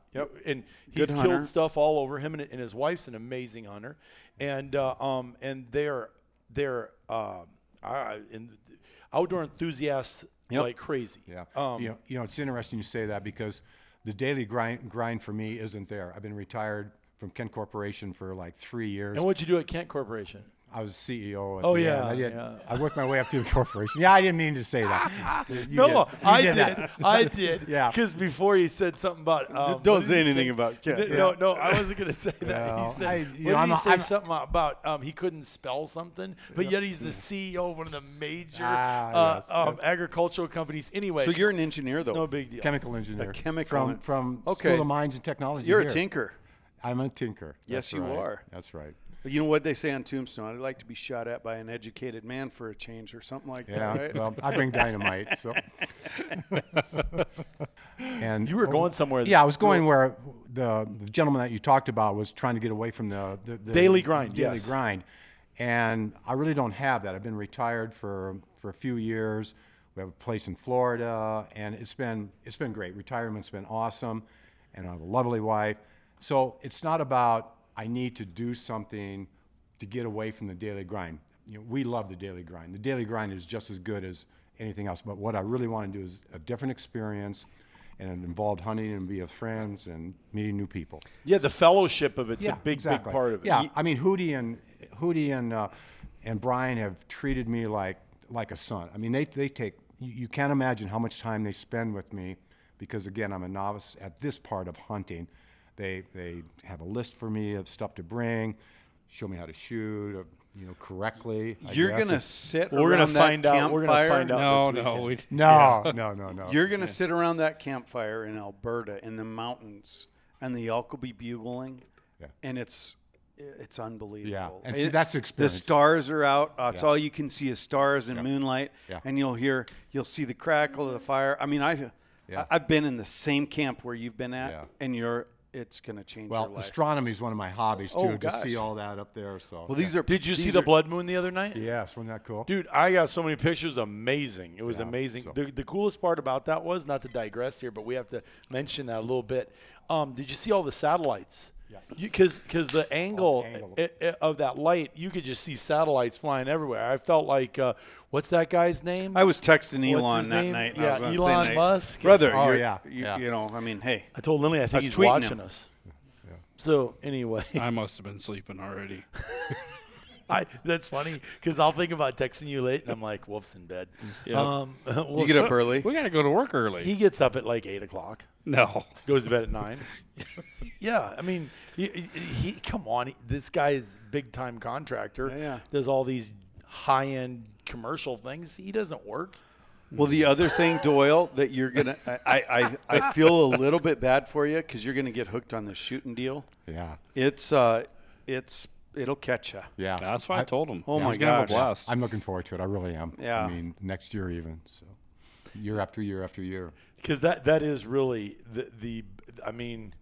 Speaker 2: and he's
Speaker 3: Good
Speaker 2: killed
Speaker 3: hunter.
Speaker 2: stuff all over him, and, and his wife's an amazing hunter, and uh, um and they're they're um I, in, outdoor enthusiasts like crazy.
Speaker 4: Yeah.
Speaker 2: Um,
Speaker 4: you, know, you know, it's interesting you say that because the daily grind grind for me isn't there. I've been retired from Kent Corporation for like three years.
Speaker 2: And what'd you do at Kent Corporation?
Speaker 4: I was CEO. At
Speaker 2: Oh,
Speaker 4: the
Speaker 2: yeah,
Speaker 4: end. I, did,
Speaker 2: yeah.
Speaker 4: I worked my way up through the corporation. Yeah, I didn't mean to say that. You did.
Speaker 2: No,
Speaker 4: You
Speaker 2: I did.
Speaker 4: did that.
Speaker 2: I did.
Speaker 4: Yeah.
Speaker 2: Because before he said something about. um, what
Speaker 3: don't
Speaker 2: did
Speaker 3: say
Speaker 2: he
Speaker 3: anything about Ken.
Speaker 2: Th- No, no, I wasn't gonna say that.
Speaker 4: No,
Speaker 2: he said,
Speaker 4: I- you
Speaker 2: what
Speaker 4: know,
Speaker 2: did
Speaker 4: I'm
Speaker 2: he
Speaker 4: a-
Speaker 2: say
Speaker 4: I'm a-
Speaker 2: something about um, he couldn't spell something, but yet he's the CEO of one of the major
Speaker 4: Ah,
Speaker 2: uh,
Speaker 4: yes,
Speaker 2: um, agricultural companies. Anyway,
Speaker 3: So you're an engineer, though.
Speaker 2: no big deal.
Speaker 4: Chemical engineer.
Speaker 3: A chemical en-
Speaker 4: from from
Speaker 3: Okay.
Speaker 4: School of Mines and Technology.
Speaker 3: You're
Speaker 4: here.
Speaker 3: a tinker.
Speaker 4: I'm a tinker.
Speaker 3: Yes,
Speaker 4: That's
Speaker 3: you
Speaker 4: right.
Speaker 3: are.
Speaker 4: That's right.
Speaker 3: You know what they say on Tombstone? I'd like to be shot at by an educated man for a change or something like
Speaker 4: Yeah.
Speaker 3: that. Right?
Speaker 4: Well, I bring dynamite. So. and
Speaker 2: You were going somewhere.
Speaker 4: oh, Yeah, I was going where the, the gentleman that you talked about was trying to get away from the, the, the
Speaker 2: Daily grind,
Speaker 4: Daily
Speaker 2: yes.
Speaker 4: grind, and I really don't have that. I've been retired for for a few years. We have a place in Florida, and it's been it's been great. Retirement's been awesome, and I have a lovely wife. So it's not about I need to do something to get away from the daily grind. You know, we love the daily grind. The daily grind is just as good as anything else. But what I really want to do is a different experience, and it involved hunting and be with friends and meeting new people.
Speaker 2: Yeah, the fellowship of it's a big,
Speaker 4: exactly.
Speaker 2: big part of it.
Speaker 4: Yeah, I mean Hootie and Hootie and uh, and Brian have treated me like like a son. I mean they they take you, you can't imagine how much time they spend with me because again I'm a novice at this part of hunting. They they have a list for me of stuff to bring, show me how to shoot, uh, you know correctly. I
Speaker 3: You're
Speaker 4: guess.
Speaker 3: gonna sit.
Speaker 2: We're gonna
Speaker 3: around that
Speaker 2: find out. We're gonna
Speaker 3: campfire?
Speaker 2: find out.
Speaker 5: No,
Speaker 2: this
Speaker 5: no.
Speaker 2: weekend.
Speaker 5: We,
Speaker 4: no no no no.
Speaker 3: You're gonna sit around that campfire in Alberta in the mountains, and the elk will be bugling,
Speaker 4: Yeah.
Speaker 3: and it's it's unbelievable.
Speaker 4: and see, that's the experience.
Speaker 3: The stars are out. Uh, It's all you can see is stars and moonlight,
Speaker 4: Yeah.
Speaker 3: and you'll hear you'll see the crackle of the fire. I mean, I've
Speaker 4: Yeah.
Speaker 3: I- I've been in the same camp where you've been at,
Speaker 4: Yeah.
Speaker 3: and you're it's going to change your
Speaker 4: Well,
Speaker 3: life.
Speaker 4: astronomy is one of my hobbies too.
Speaker 2: Oh,
Speaker 4: to see
Speaker 2: gosh.
Speaker 4: all that up there. So
Speaker 3: well, these are.
Speaker 2: Did you see
Speaker 3: these
Speaker 2: the
Speaker 3: are-
Speaker 2: blood moon the other night?
Speaker 4: yes, wasn't that cool?
Speaker 2: Dude, I got so many pictures. Amazing. It was
Speaker 4: Yeah,
Speaker 2: amazing.
Speaker 4: so-
Speaker 2: The, the coolest part about that was, not to digress here, but we have to mention that a little bit. Um, did you see all the satellites? Because because the angle,
Speaker 4: angle.
Speaker 2: i- i- of that light, you could just see satellites flying everywhere. I felt like, uh, what's that guy's name?
Speaker 3: I was texting
Speaker 2: What's his
Speaker 3: Elon that
Speaker 2: name?
Speaker 3: night. and
Speaker 2: Yeah,
Speaker 3: I was on the
Speaker 2: Elon
Speaker 3: same night.
Speaker 2: Musk.
Speaker 3: Brother,
Speaker 4: Oh,
Speaker 3: you're-
Speaker 4: yeah,
Speaker 3: you,
Speaker 4: yeah.
Speaker 3: you know, I mean, hey.
Speaker 2: I told Lily I think
Speaker 3: was
Speaker 2: he's
Speaker 3: tweeting
Speaker 2: watching
Speaker 3: him.
Speaker 2: us. So anyway,
Speaker 5: I must have been sleeping already.
Speaker 2: I, that's funny because I'll think about texting you late, and I'm like, whoops, in bed.
Speaker 5: Yeah.
Speaker 2: Um, well,
Speaker 3: You get
Speaker 2: so-
Speaker 3: up early.
Speaker 5: We got to go to work early.
Speaker 2: He gets up at like eight o'clock.
Speaker 5: no.
Speaker 2: goes to bed at nine. yeah, I mean, he, he, he come on, he- this guy is big time contractor.
Speaker 3: Yeah, yeah.
Speaker 2: does all these high end commercial things. He doesn't work.
Speaker 3: Well, the other thing, Doyle, that you're gonna, I, I, I feel a little bit bad for you because you're gonna get hooked on this shooting deal.
Speaker 4: Yeah,
Speaker 3: It's, uh, it's, it'll catch you.
Speaker 4: yeah.
Speaker 5: That's why I, told him.
Speaker 3: Oh my
Speaker 5: He's gonna have a
Speaker 3: gosh.
Speaker 5: blast.
Speaker 4: I'm looking forward to it. I really am.
Speaker 3: Yeah.
Speaker 4: I mean, next year even. So, year after year after year.
Speaker 2: because that that is really the the I mean,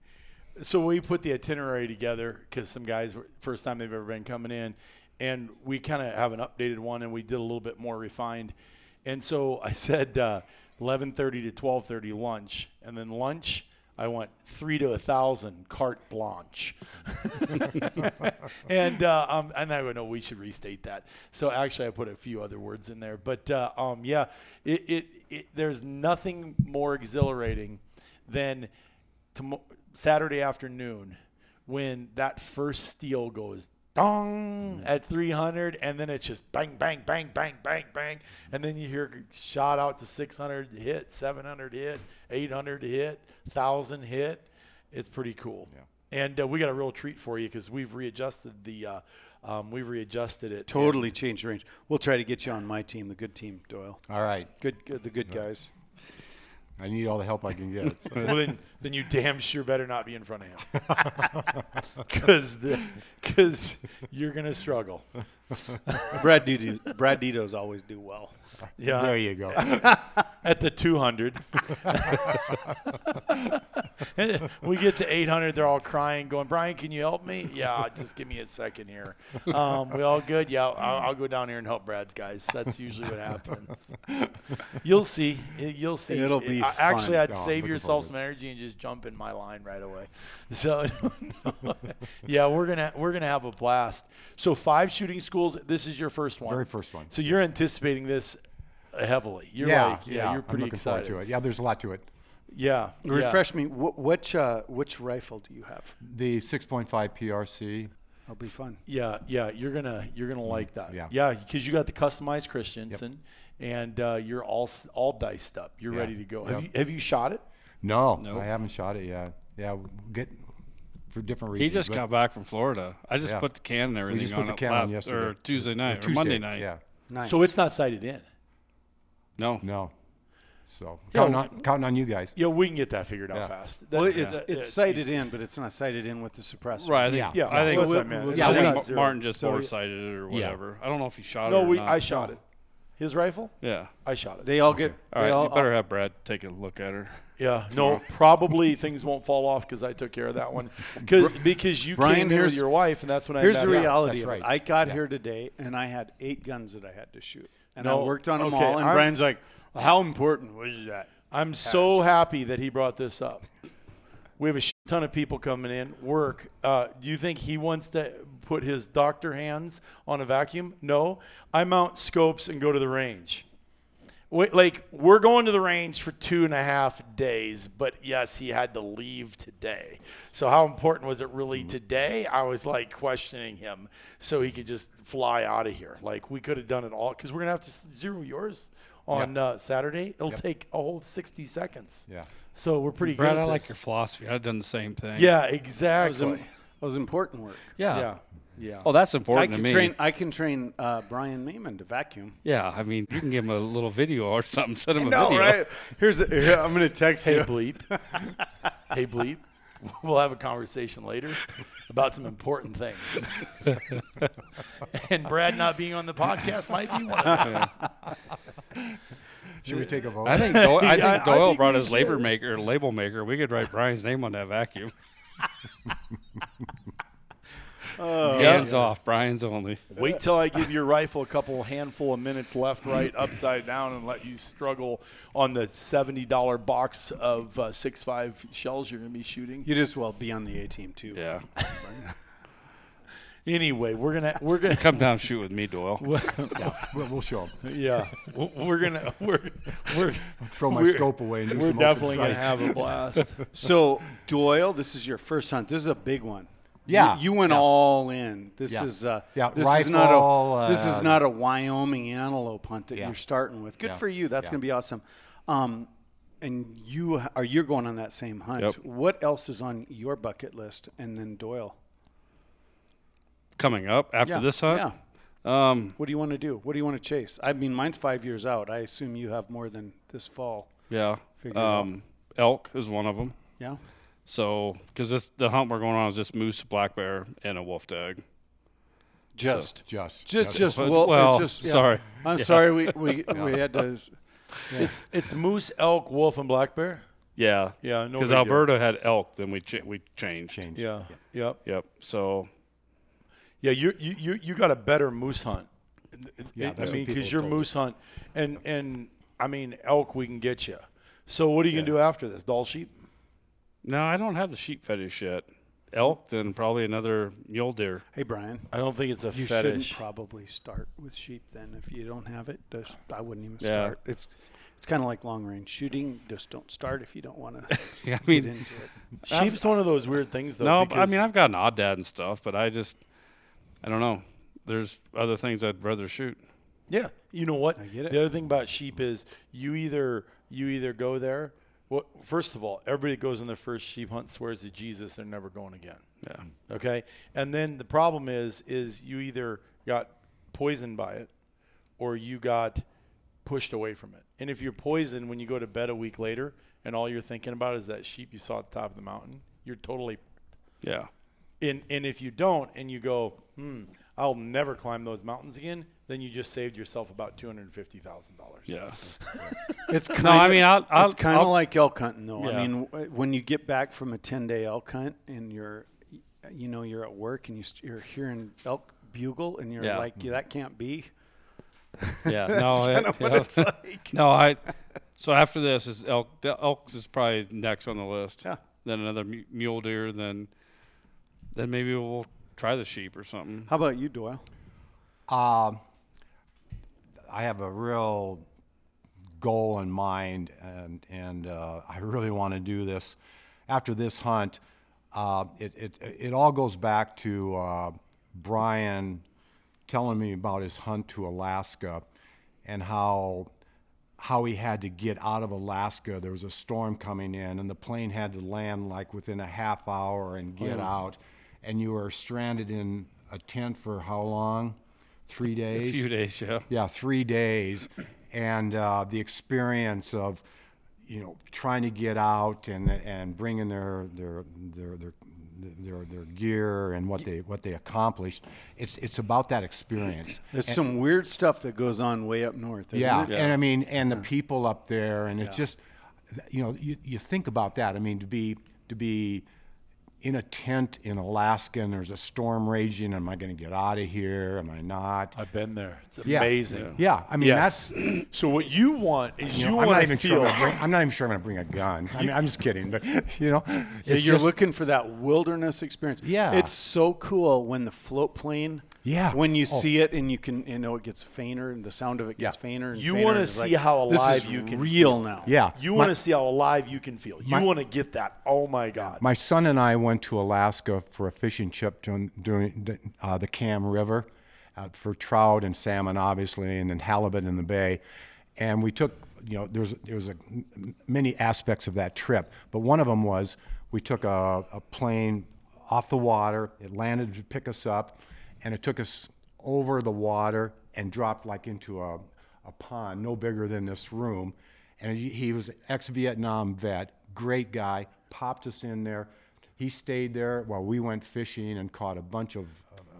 Speaker 2: so we put the itinerary together because some guys were first time they've ever been coming in, and we kind of have an updated one, and we did a little bit more refined, and so I said uh, eleven thirty to twelve thirty lunch, and then lunch. I went three to a thousand carte blanche, and uh, um, and I would know we should restate that. So actually, I put a few other words in there, but uh, um, yeah, it, it, it there's nothing more exhilarating than tomo- Saturday afternoon when that first steel goes dong at 300 and then it's just bang bang bang bang bang bang and then you hear shot out to 600 hit 700 hit 800 hit 1000 hit it's pretty cool and uh, we got a real treat for you because we've readjusted the uh, um, we've readjusted it
Speaker 3: Totally change the range. We'll try to get you on my team, the good team, Doyle.
Speaker 4: All right,
Speaker 3: Good, good the good guys.
Speaker 4: I need all the help I can get. So,
Speaker 2: well, then, then you damn sure better not be in front of him, because because you're gonna struggle.
Speaker 3: Brad Dido, Brad Dido's always do well.
Speaker 2: Yeah,
Speaker 4: there you go.
Speaker 2: at the 200. we get to 800, they're all crying, going, Brian, can you help me? Yeah, just give me a second here. Um, we all good? Yeah, I'll, I'll go down here and help Brad's guys. That's usually what happens. You'll see. Y- You'll see.
Speaker 3: It'll be
Speaker 2: I- Actually,
Speaker 3: fun.
Speaker 2: I'd
Speaker 4: No, Oh, I'm
Speaker 2: save
Speaker 4: looking
Speaker 2: yourself
Speaker 4: forward to
Speaker 2: some energy and just jump in my line right away. So, yeah, we're gonna we're gonna have a blast. So five shooting schools. This is your first one.
Speaker 4: Very first one.
Speaker 2: So you're anticipating this heavily. You're
Speaker 4: yeah,
Speaker 2: like, yeah, you're pretty
Speaker 4: I'm looking
Speaker 2: excited.
Speaker 4: forward to it. Yeah, there's a lot to it.
Speaker 2: Yeah,
Speaker 3: Refresh me. Wh- which, uh, which rifle do you have?
Speaker 4: The 6.5 PRC.
Speaker 3: That'll be fun.
Speaker 2: Yeah, yeah, you're gonna you're gonna like that.
Speaker 4: Yeah.
Speaker 2: yeah, because you got the customized Christensen, and uh, you're all s- all diced up. You're
Speaker 4: Yeah.
Speaker 2: ready to go. Have
Speaker 4: Yep.
Speaker 2: you have you shot it?
Speaker 4: No,
Speaker 5: Nope.
Speaker 4: I haven't shot it yet. Yeah, we'll get for different
Speaker 5: He
Speaker 4: reasons.
Speaker 5: just
Speaker 4: but
Speaker 5: got back from Florida. I just
Speaker 4: Yeah.
Speaker 5: put the can and everything
Speaker 4: We just
Speaker 5: on
Speaker 4: put the
Speaker 5: it
Speaker 4: can
Speaker 5: last,
Speaker 4: on yesterday
Speaker 5: or Tuesday night
Speaker 4: Tuesday,
Speaker 5: or Monday night.
Speaker 4: Yeah,
Speaker 3: Nice.
Speaker 2: So it's not sighted in.
Speaker 5: No.
Speaker 4: no. So
Speaker 2: Yeah,
Speaker 4: counting
Speaker 2: we-
Speaker 4: on counting on you guys.
Speaker 2: Yeah, we can get that figured out
Speaker 4: Yeah.
Speaker 2: fast.
Speaker 3: well,
Speaker 2: That-
Speaker 3: it's
Speaker 2: that-
Speaker 3: it's
Speaker 2: that's
Speaker 3: sighted
Speaker 2: easy.
Speaker 3: in, but it's not sighted in with the suppressor.
Speaker 5: Right. I think,
Speaker 4: Yeah.
Speaker 5: yeah.
Speaker 4: Yeah,
Speaker 5: I think,
Speaker 2: so
Speaker 5: I
Speaker 2: it's-
Speaker 5: think
Speaker 2: it's
Speaker 4: Yeah, we-
Speaker 2: not zero.
Speaker 5: Martin just
Speaker 3: So-
Speaker 5: foresighted it or whatever. I don't know if he shot it.
Speaker 2: No,
Speaker 5: or
Speaker 2: we
Speaker 5: not.
Speaker 2: I shot it. His rifle,
Speaker 5: Yeah.
Speaker 2: I shot it.
Speaker 3: They all get.
Speaker 5: All
Speaker 3: they
Speaker 5: right.
Speaker 3: all,
Speaker 5: You better have Brad take a look at her.
Speaker 2: Yeah, no, probably things won't fall off because I took care of that one. Cause, because you
Speaker 3: Brian,
Speaker 2: came here with
Speaker 3: here's-
Speaker 2: your wife, and that's when I
Speaker 3: Here's
Speaker 2: met
Speaker 3: the
Speaker 2: her.
Speaker 3: reality
Speaker 4: that's
Speaker 3: of it.
Speaker 4: right.
Speaker 3: I got here today and I had eight guns that I had to shoot, and
Speaker 2: No,
Speaker 3: I worked on them
Speaker 2: okay,
Speaker 3: all. And
Speaker 2: I'm-
Speaker 3: Brian's like, "How important was that?"
Speaker 2: I'm so happy that he brought this up. We have a shit ton of people coming in. Work. Uh, do you think he wants to put his doctor hands on a vacuum? No. I mount scopes and go to the range. Wait, like we're going to the range for two and a half days, but yes, he had to leave today. So how important was it really
Speaker 5: Mm-hmm.
Speaker 2: today? I was like questioning him so he could just fly out of here. Like we could have done it all because we're gonna have to s- zero yours on uh, Saturday. It'll take a whole sixty seconds.
Speaker 4: Yeah.
Speaker 2: So we're pretty
Speaker 5: Brad,
Speaker 2: good. at
Speaker 5: I like
Speaker 2: this.
Speaker 5: your philosophy. I've done the same thing.
Speaker 2: Yeah,
Speaker 3: That was, im-
Speaker 2: exactly.
Speaker 3: that was important work.
Speaker 5: Yeah.
Speaker 2: Yeah, yeah.
Speaker 5: Oh, that's
Speaker 3: I
Speaker 5: important to
Speaker 3: can
Speaker 5: me.
Speaker 3: train. I can train uh, Brian Mayman to vacuum.
Speaker 5: Yeah. I mean, you can give him a little video or something. Send him a video.
Speaker 3: Here's. A, here, I'm gonna text
Speaker 2: Hey bleep. hey bleep. We'll have a conversation later about some important things. and Brad not being on the podcast might be one of them.
Speaker 4: Should we take a vote?
Speaker 5: I think Doyle, I
Speaker 2: Yeah, I
Speaker 5: think Doyle
Speaker 2: think
Speaker 5: brought
Speaker 2: we
Speaker 5: his labor maker, label maker. We could write Brian's name on that vacuum.
Speaker 2: Oh.
Speaker 5: Hands off, Brian's only.
Speaker 2: Wait till I give your rifle a couple handful of minutes left, right, upside down, and let you struggle on the $70 box of uh, 6.5 shells you're going to be shooting.
Speaker 3: You'd as well be on the A team too.
Speaker 5: Yeah.
Speaker 2: Anyway, we're going to, we're going to,
Speaker 5: Come down, and shoot with me, Doyle.
Speaker 4: We'll, we'll show 'em.
Speaker 2: yeah, we're- we're going to, we're, we're,
Speaker 4: Throw my
Speaker 2: We're-
Speaker 4: scope away and do
Speaker 2: we're
Speaker 4: some
Speaker 2: definitely
Speaker 4: open
Speaker 2: going to
Speaker 4: sights.
Speaker 2: have a blast.
Speaker 3: So Doyle, this is your first hunt. This is a big one.
Speaker 4: Yeah.
Speaker 3: You, you went
Speaker 4: Yeah.
Speaker 3: all in. This
Speaker 4: Yeah.
Speaker 3: is uh,
Speaker 4: Yeah,
Speaker 3: This is not
Speaker 4: rifle,
Speaker 3: a. This is
Speaker 4: uh,
Speaker 3: not a Wyoming antelope hunt that
Speaker 4: Yeah.
Speaker 3: you're starting with. Good
Speaker 4: Yeah.
Speaker 3: for you. That's
Speaker 4: Yeah.
Speaker 3: going to be awesome. Um, and you are you're going on that same hunt.
Speaker 5: Yep.
Speaker 3: What else is on your bucket list? And then Doyle.
Speaker 5: Coming up after
Speaker 3: Yeah.
Speaker 5: this hunt.
Speaker 3: Yeah.
Speaker 5: Um,
Speaker 3: what do you want to do? What do you want to chase? I mean, mine's five years out. I assume you have more than this fall.
Speaker 5: Yeah.
Speaker 3: Figure it out.
Speaker 5: Um, elk is one of them.
Speaker 3: Yeah.
Speaker 5: So, because this the hunt we're going on is just moose, black bear, and a wolf tag.
Speaker 3: Just. Just,
Speaker 4: Just. just
Speaker 3: just,
Speaker 5: But-
Speaker 3: well, it's
Speaker 5: well,
Speaker 3: just- yeah.
Speaker 5: sorry.
Speaker 3: I'm sorry. We, we, we had to.
Speaker 2: It's, it's moose, elk, wolf, and black bear.
Speaker 5: Yeah.
Speaker 2: Yeah, no
Speaker 5: Because
Speaker 2: big
Speaker 5: Alberta had elk, then we ch- we changed.
Speaker 4: Changed.
Speaker 2: Yeah, yeah.
Speaker 5: Yep. So
Speaker 2: Yeah, you you you you got a better moose hunt. Yeah, I
Speaker 4: that's what
Speaker 2: mean,
Speaker 4: people
Speaker 2: because your
Speaker 4: told
Speaker 2: moose hunt, and and I mean elk, we can get you. So what are you gonna do after this? Doll sheep?
Speaker 5: no, I don't have the sheep fetish yet. Elk, then probably another mule deer.
Speaker 3: Hey, Brian.
Speaker 2: I don't think it's a
Speaker 3: You
Speaker 2: fetish.
Speaker 3: shouldn't probably start with sheep then. If you don't have it, just, I wouldn't even
Speaker 5: Yeah.
Speaker 3: start. It's it's kind of like long range shooting. Just don't start if you don't want to
Speaker 5: Yeah, I
Speaker 3: get
Speaker 5: mean,
Speaker 3: into it.
Speaker 2: Sheep's one of those weird things, though.
Speaker 5: no, but I
Speaker 2: Uh, because-
Speaker 5: mean I've got an odd dad and stuff, but I just I don't know. There's other things I'd rather shoot.
Speaker 2: yeah. You know what?
Speaker 3: I get it.
Speaker 2: The other thing about sheep is you either you either go there. Well, first of all, everybody that goes on their first sheep hunt swears to Jesus they're never going again.
Speaker 5: Yeah.
Speaker 2: Okay. And then the problem is, is you either got poisoned by it or you got pushed away from it. And if you're poisoned when you go to bed a week later and all you're thinking about is that sheep you saw at the top of the mountain, you're totally
Speaker 5: Yeah.
Speaker 2: in and if you don't and you go, hmm, I'll never climb those mountains again, then you just saved yourself about two hundred and fifty thousand dollars.
Speaker 5: Yeah.
Speaker 3: It's kind
Speaker 5: No, I mean I'll, I'll
Speaker 3: it's kind of
Speaker 5: I'll-
Speaker 3: like elk hunting, though.
Speaker 5: Yeah.
Speaker 3: I mean, w- when you get back from a ten day elk hunt and you're, you know, you're at work and you st- you're hearing elk bugle and you're
Speaker 5: Yeah. Mm-hmm.
Speaker 3: like, yeah, that can't be.
Speaker 5: yeah. No,
Speaker 3: Kind
Speaker 5: it-
Speaker 3: of what
Speaker 5: yeah.
Speaker 3: it's like.
Speaker 5: no, I. So after this is elk. The elk is probably next on the list.
Speaker 3: Yeah.
Speaker 5: Then another mu- mule deer. Then, then maybe we'll try the sheep or something.
Speaker 3: How about you, Doyle?
Speaker 4: Um, I have a real goal in mind, and and uh, I really want to do this. After this hunt, uh, it, it it all goes back to uh, Brian telling me about his hunt to Alaska, and how how he had to get out of Alaska. There was a storm coming in, and the plane had to land like within a half hour and
Speaker 5: Oh.
Speaker 4: get out, and you were stranded in a tent for how long? Three days
Speaker 5: A few days. Yeah.
Speaker 4: yeah, three days, and uh, the experience of, you know, trying to get out and and bringing their their their their their, their gear and what they what they accomplished. It's it's about that experience.
Speaker 3: There's some weird stuff that goes on way up north. Isn't
Speaker 4: Yeah.
Speaker 3: it?
Speaker 4: and I mean, and the people up there, and it's just, you know, you, you think about that. I mean, to be to be in a tent in Alaska and there's a storm raging. Am I going to get out of here? Am I not?
Speaker 2: I've been there. It's
Speaker 4: Yeah.
Speaker 2: amazing.
Speaker 4: yeah, I mean
Speaker 2: Yes.
Speaker 4: that's
Speaker 2: so what you want is
Speaker 4: You
Speaker 2: you,
Speaker 4: know, I'm not
Speaker 2: want to
Speaker 4: even sure. I'm
Speaker 2: feel
Speaker 4: gonna bring, I'm not even sure I'm going to bring a gun. I mean, I'm just kidding, but you know,
Speaker 3: Yeah,
Speaker 4: it's
Speaker 3: you're
Speaker 4: just-
Speaker 3: looking for that wilderness experience.
Speaker 4: Yeah.
Speaker 3: it's so cool when the float plane.
Speaker 4: Yeah.
Speaker 3: when you
Speaker 4: Oh.
Speaker 3: see it and you can, you know, it gets fainter and the sound of it gets
Speaker 4: Yeah.
Speaker 3: fainter. And
Speaker 2: You
Speaker 3: fainter,
Speaker 2: wanna
Speaker 3: and it's
Speaker 2: see how
Speaker 3: this
Speaker 2: alive
Speaker 3: is
Speaker 2: you can
Speaker 3: real now.
Speaker 4: yeah.
Speaker 2: You
Speaker 4: My-
Speaker 2: want to see how alive you can feel. You
Speaker 4: My-
Speaker 2: want to get that. Oh my God.
Speaker 4: My son and I went to Alaska for a fishing trip doing, doing uh, the Cam River uh, for trout and salmon, obviously, and then halibut in the bay. And we took, you know, there's there was a, many aspects of that trip, but one of them was we took a, a plane off the water. It landed to pick us up, and it took us over the water and dropped like into a, a pond no bigger than this room. And he, he was an ex-Vietnam vet, great guy, popped us in there. He stayed there while we went fishing and caught a bunch of.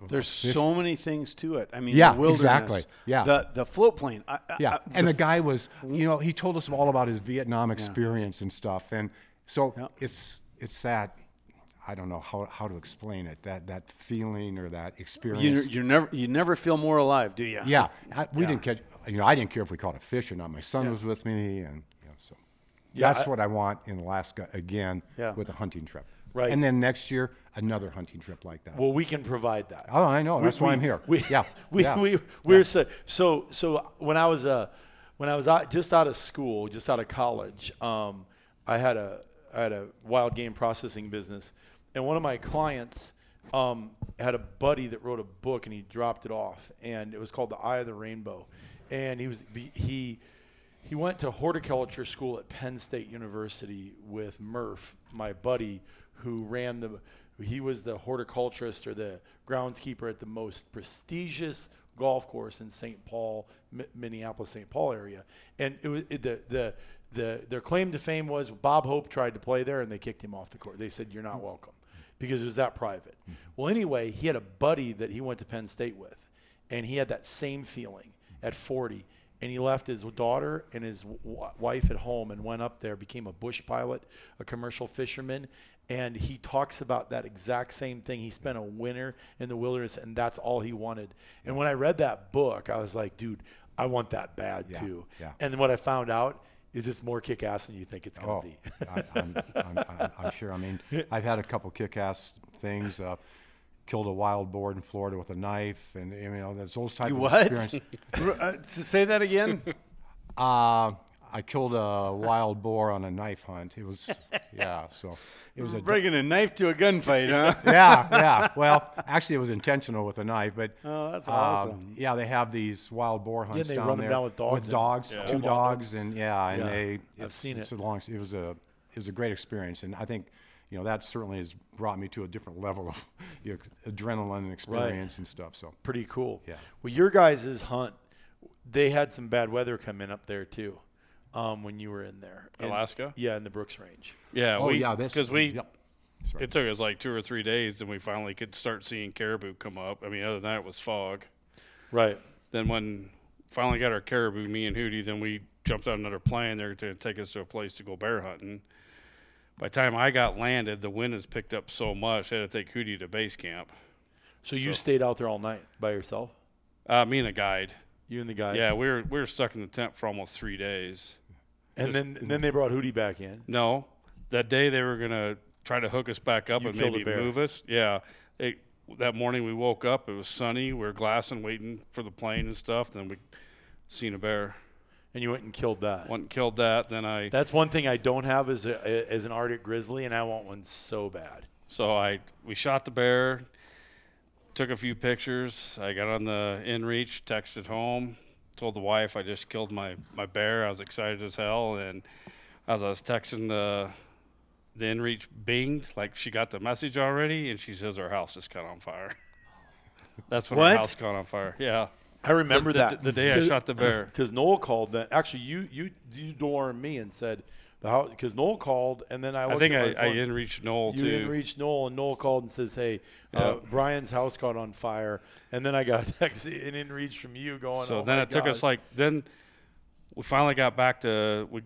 Speaker 4: of-
Speaker 3: There's so many things to it. I mean,
Speaker 4: Yeah,
Speaker 3: the wilderness,
Speaker 4: exactly. Yeah.
Speaker 3: the the float plane. I, I-
Speaker 4: yeah,
Speaker 3: I-
Speaker 4: and the, guy was, you know, he told us all about his Vietnam experience and stuff. And so it's it's that. I don't know how, how to explain it. That that feeling or that experience.
Speaker 3: You, you never you never feel more alive, do you?
Speaker 4: yeah, I, we didn't catch. You know, I didn't care if we caught a fish or not. My son was with me, and you know, so
Speaker 2: Yeah,
Speaker 4: that's
Speaker 2: I-
Speaker 4: what I want in Alaska again
Speaker 2: Yeah.
Speaker 4: with a hunting trip.
Speaker 2: Right.
Speaker 4: And then next year another hunting trip like that.
Speaker 2: Well, we can provide that.
Speaker 4: oh, I know. That's why I'm here.
Speaker 2: We,
Speaker 4: yeah.
Speaker 2: we,
Speaker 4: yeah.
Speaker 2: we we're so, so so when I was uh when I was out, just out of school, just out of college, um, I had a I had a wild game processing business, and one of my clients um, had a buddy that wrote a book, and he dropped it off, and it was called The Eye of the Rainbow, and he was he he went to horticulture school at Penn State University with Murph, my buddy, who ran the. He was the horticulturist or the groundskeeper at the most prestigious golf course in St. Paul, Mi- Minneapolis, St. Paul area, and it was it, the the. The, their claim to fame was Bob Hope tried to play there and they kicked him off the court. They said, You're not welcome because it was that private. Well, anyway, he had a buddy that he went to Penn State with, and he had that same feeling at 40 and he left his daughter and his w- wife at home and went up there became a bush pilot a commercial fisherman and he talks about that exact same thing he spent a winter in the wilderness and that's all he wanted and when i read that book i was like dude i want that bad too
Speaker 4: yeah.
Speaker 2: and then what i found out is it's more kick-ass than you think it's going to
Speaker 4: Oh,
Speaker 2: be
Speaker 4: I, I'm, I'm, I'm, I'm sure. I mean, I've had a couple kick-ass things. Uh, killed a wild board in Florida with a knife, and you know, that's those type
Speaker 3: You
Speaker 4: of
Speaker 3: what?
Speaker 4: experience.
Speaker 3: Uh, s- say that again.
Speaker 4: Uh, I killed a wild boar on a knife hunt. It was, yeah. So it was a
Speaker 3: Bringing a knife to a gunfight, huh?
Speaker 4: yeah, yeah. Well, actually, it was intentional with a knife, but
Speaker 3: Oh, that's
Speaker 4: um,
Speaker 3: awesome.
Speaker 4: yeah, they have these wild boar hunts
Speaker 2: they
Speaker 4: down
Speaker 2: run 'em
Speaker 4: there
Speaker 2: down with dogs and-
Speaker 4: dogs,
Speaker 2: Yeah.
Speaker 4: two
Speaker 2: Hold on.
Speaker 4: dogs, and yeah, and
Speaker 2: Yeah.
Speaker 4: they.
Speaker 2: I've
Speaker 4: it's-
Speaker 2: seen
Speaker 4: it's
Speaker 2: it.
Speaker 4: A long, it was a it was a great experience, and I think you know that certainly has brought me to a different level of you know, adrenaline and experience and stuff. So
Speaker 2: pretty cool.
Speaker 4: Yeah.
Speaker 2: Well, your guys' hunt, they had some bad weather come in up there too, um, when you were in there. And-
Speaker 5: Alaska?
Speaker 2: Yeah, in the Brooks Range.
Speaker 5: Yeah.
Speaker 4: oh
Speaker 5: we,
Speaker 4: yeah, that's
Speaker 5: because we
Speaker 4: yep.
Speaker 5: it took us like two or three days, and we finally could start seeing caribou come up. I mean, other than that, it was fog.
Speaker 2: Right.
Speaker 5: Then when finally got our caribou, me and Hootie, then we jumped on another plane. They're going to take us to a place to go bear hunting. By the time I got landed, the wind has picked up so much, I had to take Hootie to base camp.
Speaker 2: So, you stayed out there all night by yourself,
Speaker 5: Uh, me and a guide.
Speaker 2: you and the guy.
Speaker 5: Yeah, we were we were stuck in the tent for almost three days.
Speaker 2: And then and then they brought Hootie back in.
Speaker 5: No, that day they were gonna try to hook us back up
Speaker 2: You
Speaker 5: and
Speaker 2: killed a
Speaker 5: maybe
Speaker 2: bear.
Speaker 5: move us. Yeah, It- that morning we woke up. It was sunny. We were glassing, waiting for the plane and stuff. Then we seen a bear.
Speaker 2: And you went and killed that.
Speaker 5: Went and killed that. Then I
Speaker 2: That's one thing I don't have as a, as an Arctic grizzly, and I want one so bad.
Speaker 5: So I we shot the bear, took a few pictures. I got on the inReach, texted home, told the wife I just killed my my bear. I was excited as hell, and as I was texting the the inReach binged, like she got the message already, and she says her house just caught on fire. That's when
Speaker 3: What?
Speaker 5: her house caught on fire. Yeah,
Speaker 2: I remember
Speaker 5: the,
Speaker 2: that
Speaker 5: the day I shot the bear.
Speaker 2: because Noel called. Then actually, you you you dormed me and said the house because Noel called, and then I.
Speaker 5: I
Speaker 2: looked
Speaker 5: think
Speaker 2: at
Speaker 5: I,
Speaker 2: my
Speaker 5: I
Speaker 2: phone.
Speaker 5: inReached Noel
Speaker 2: You
Speaker 5: too.
Speaker 2: didn't reach Noel, and Noel called and says, "Hey, uh,
Speaker 5: Yeah.
Speaker 2: Brian's house caught on fire." And then I got a text and in reach from you going.
Speaker 5: So
Speaker 2: "Oh
Speaker 5: then
Speaker 2: my
Speaker 5: it took us
Speaker 2: God."
Speaker 5: like then we finally got back to we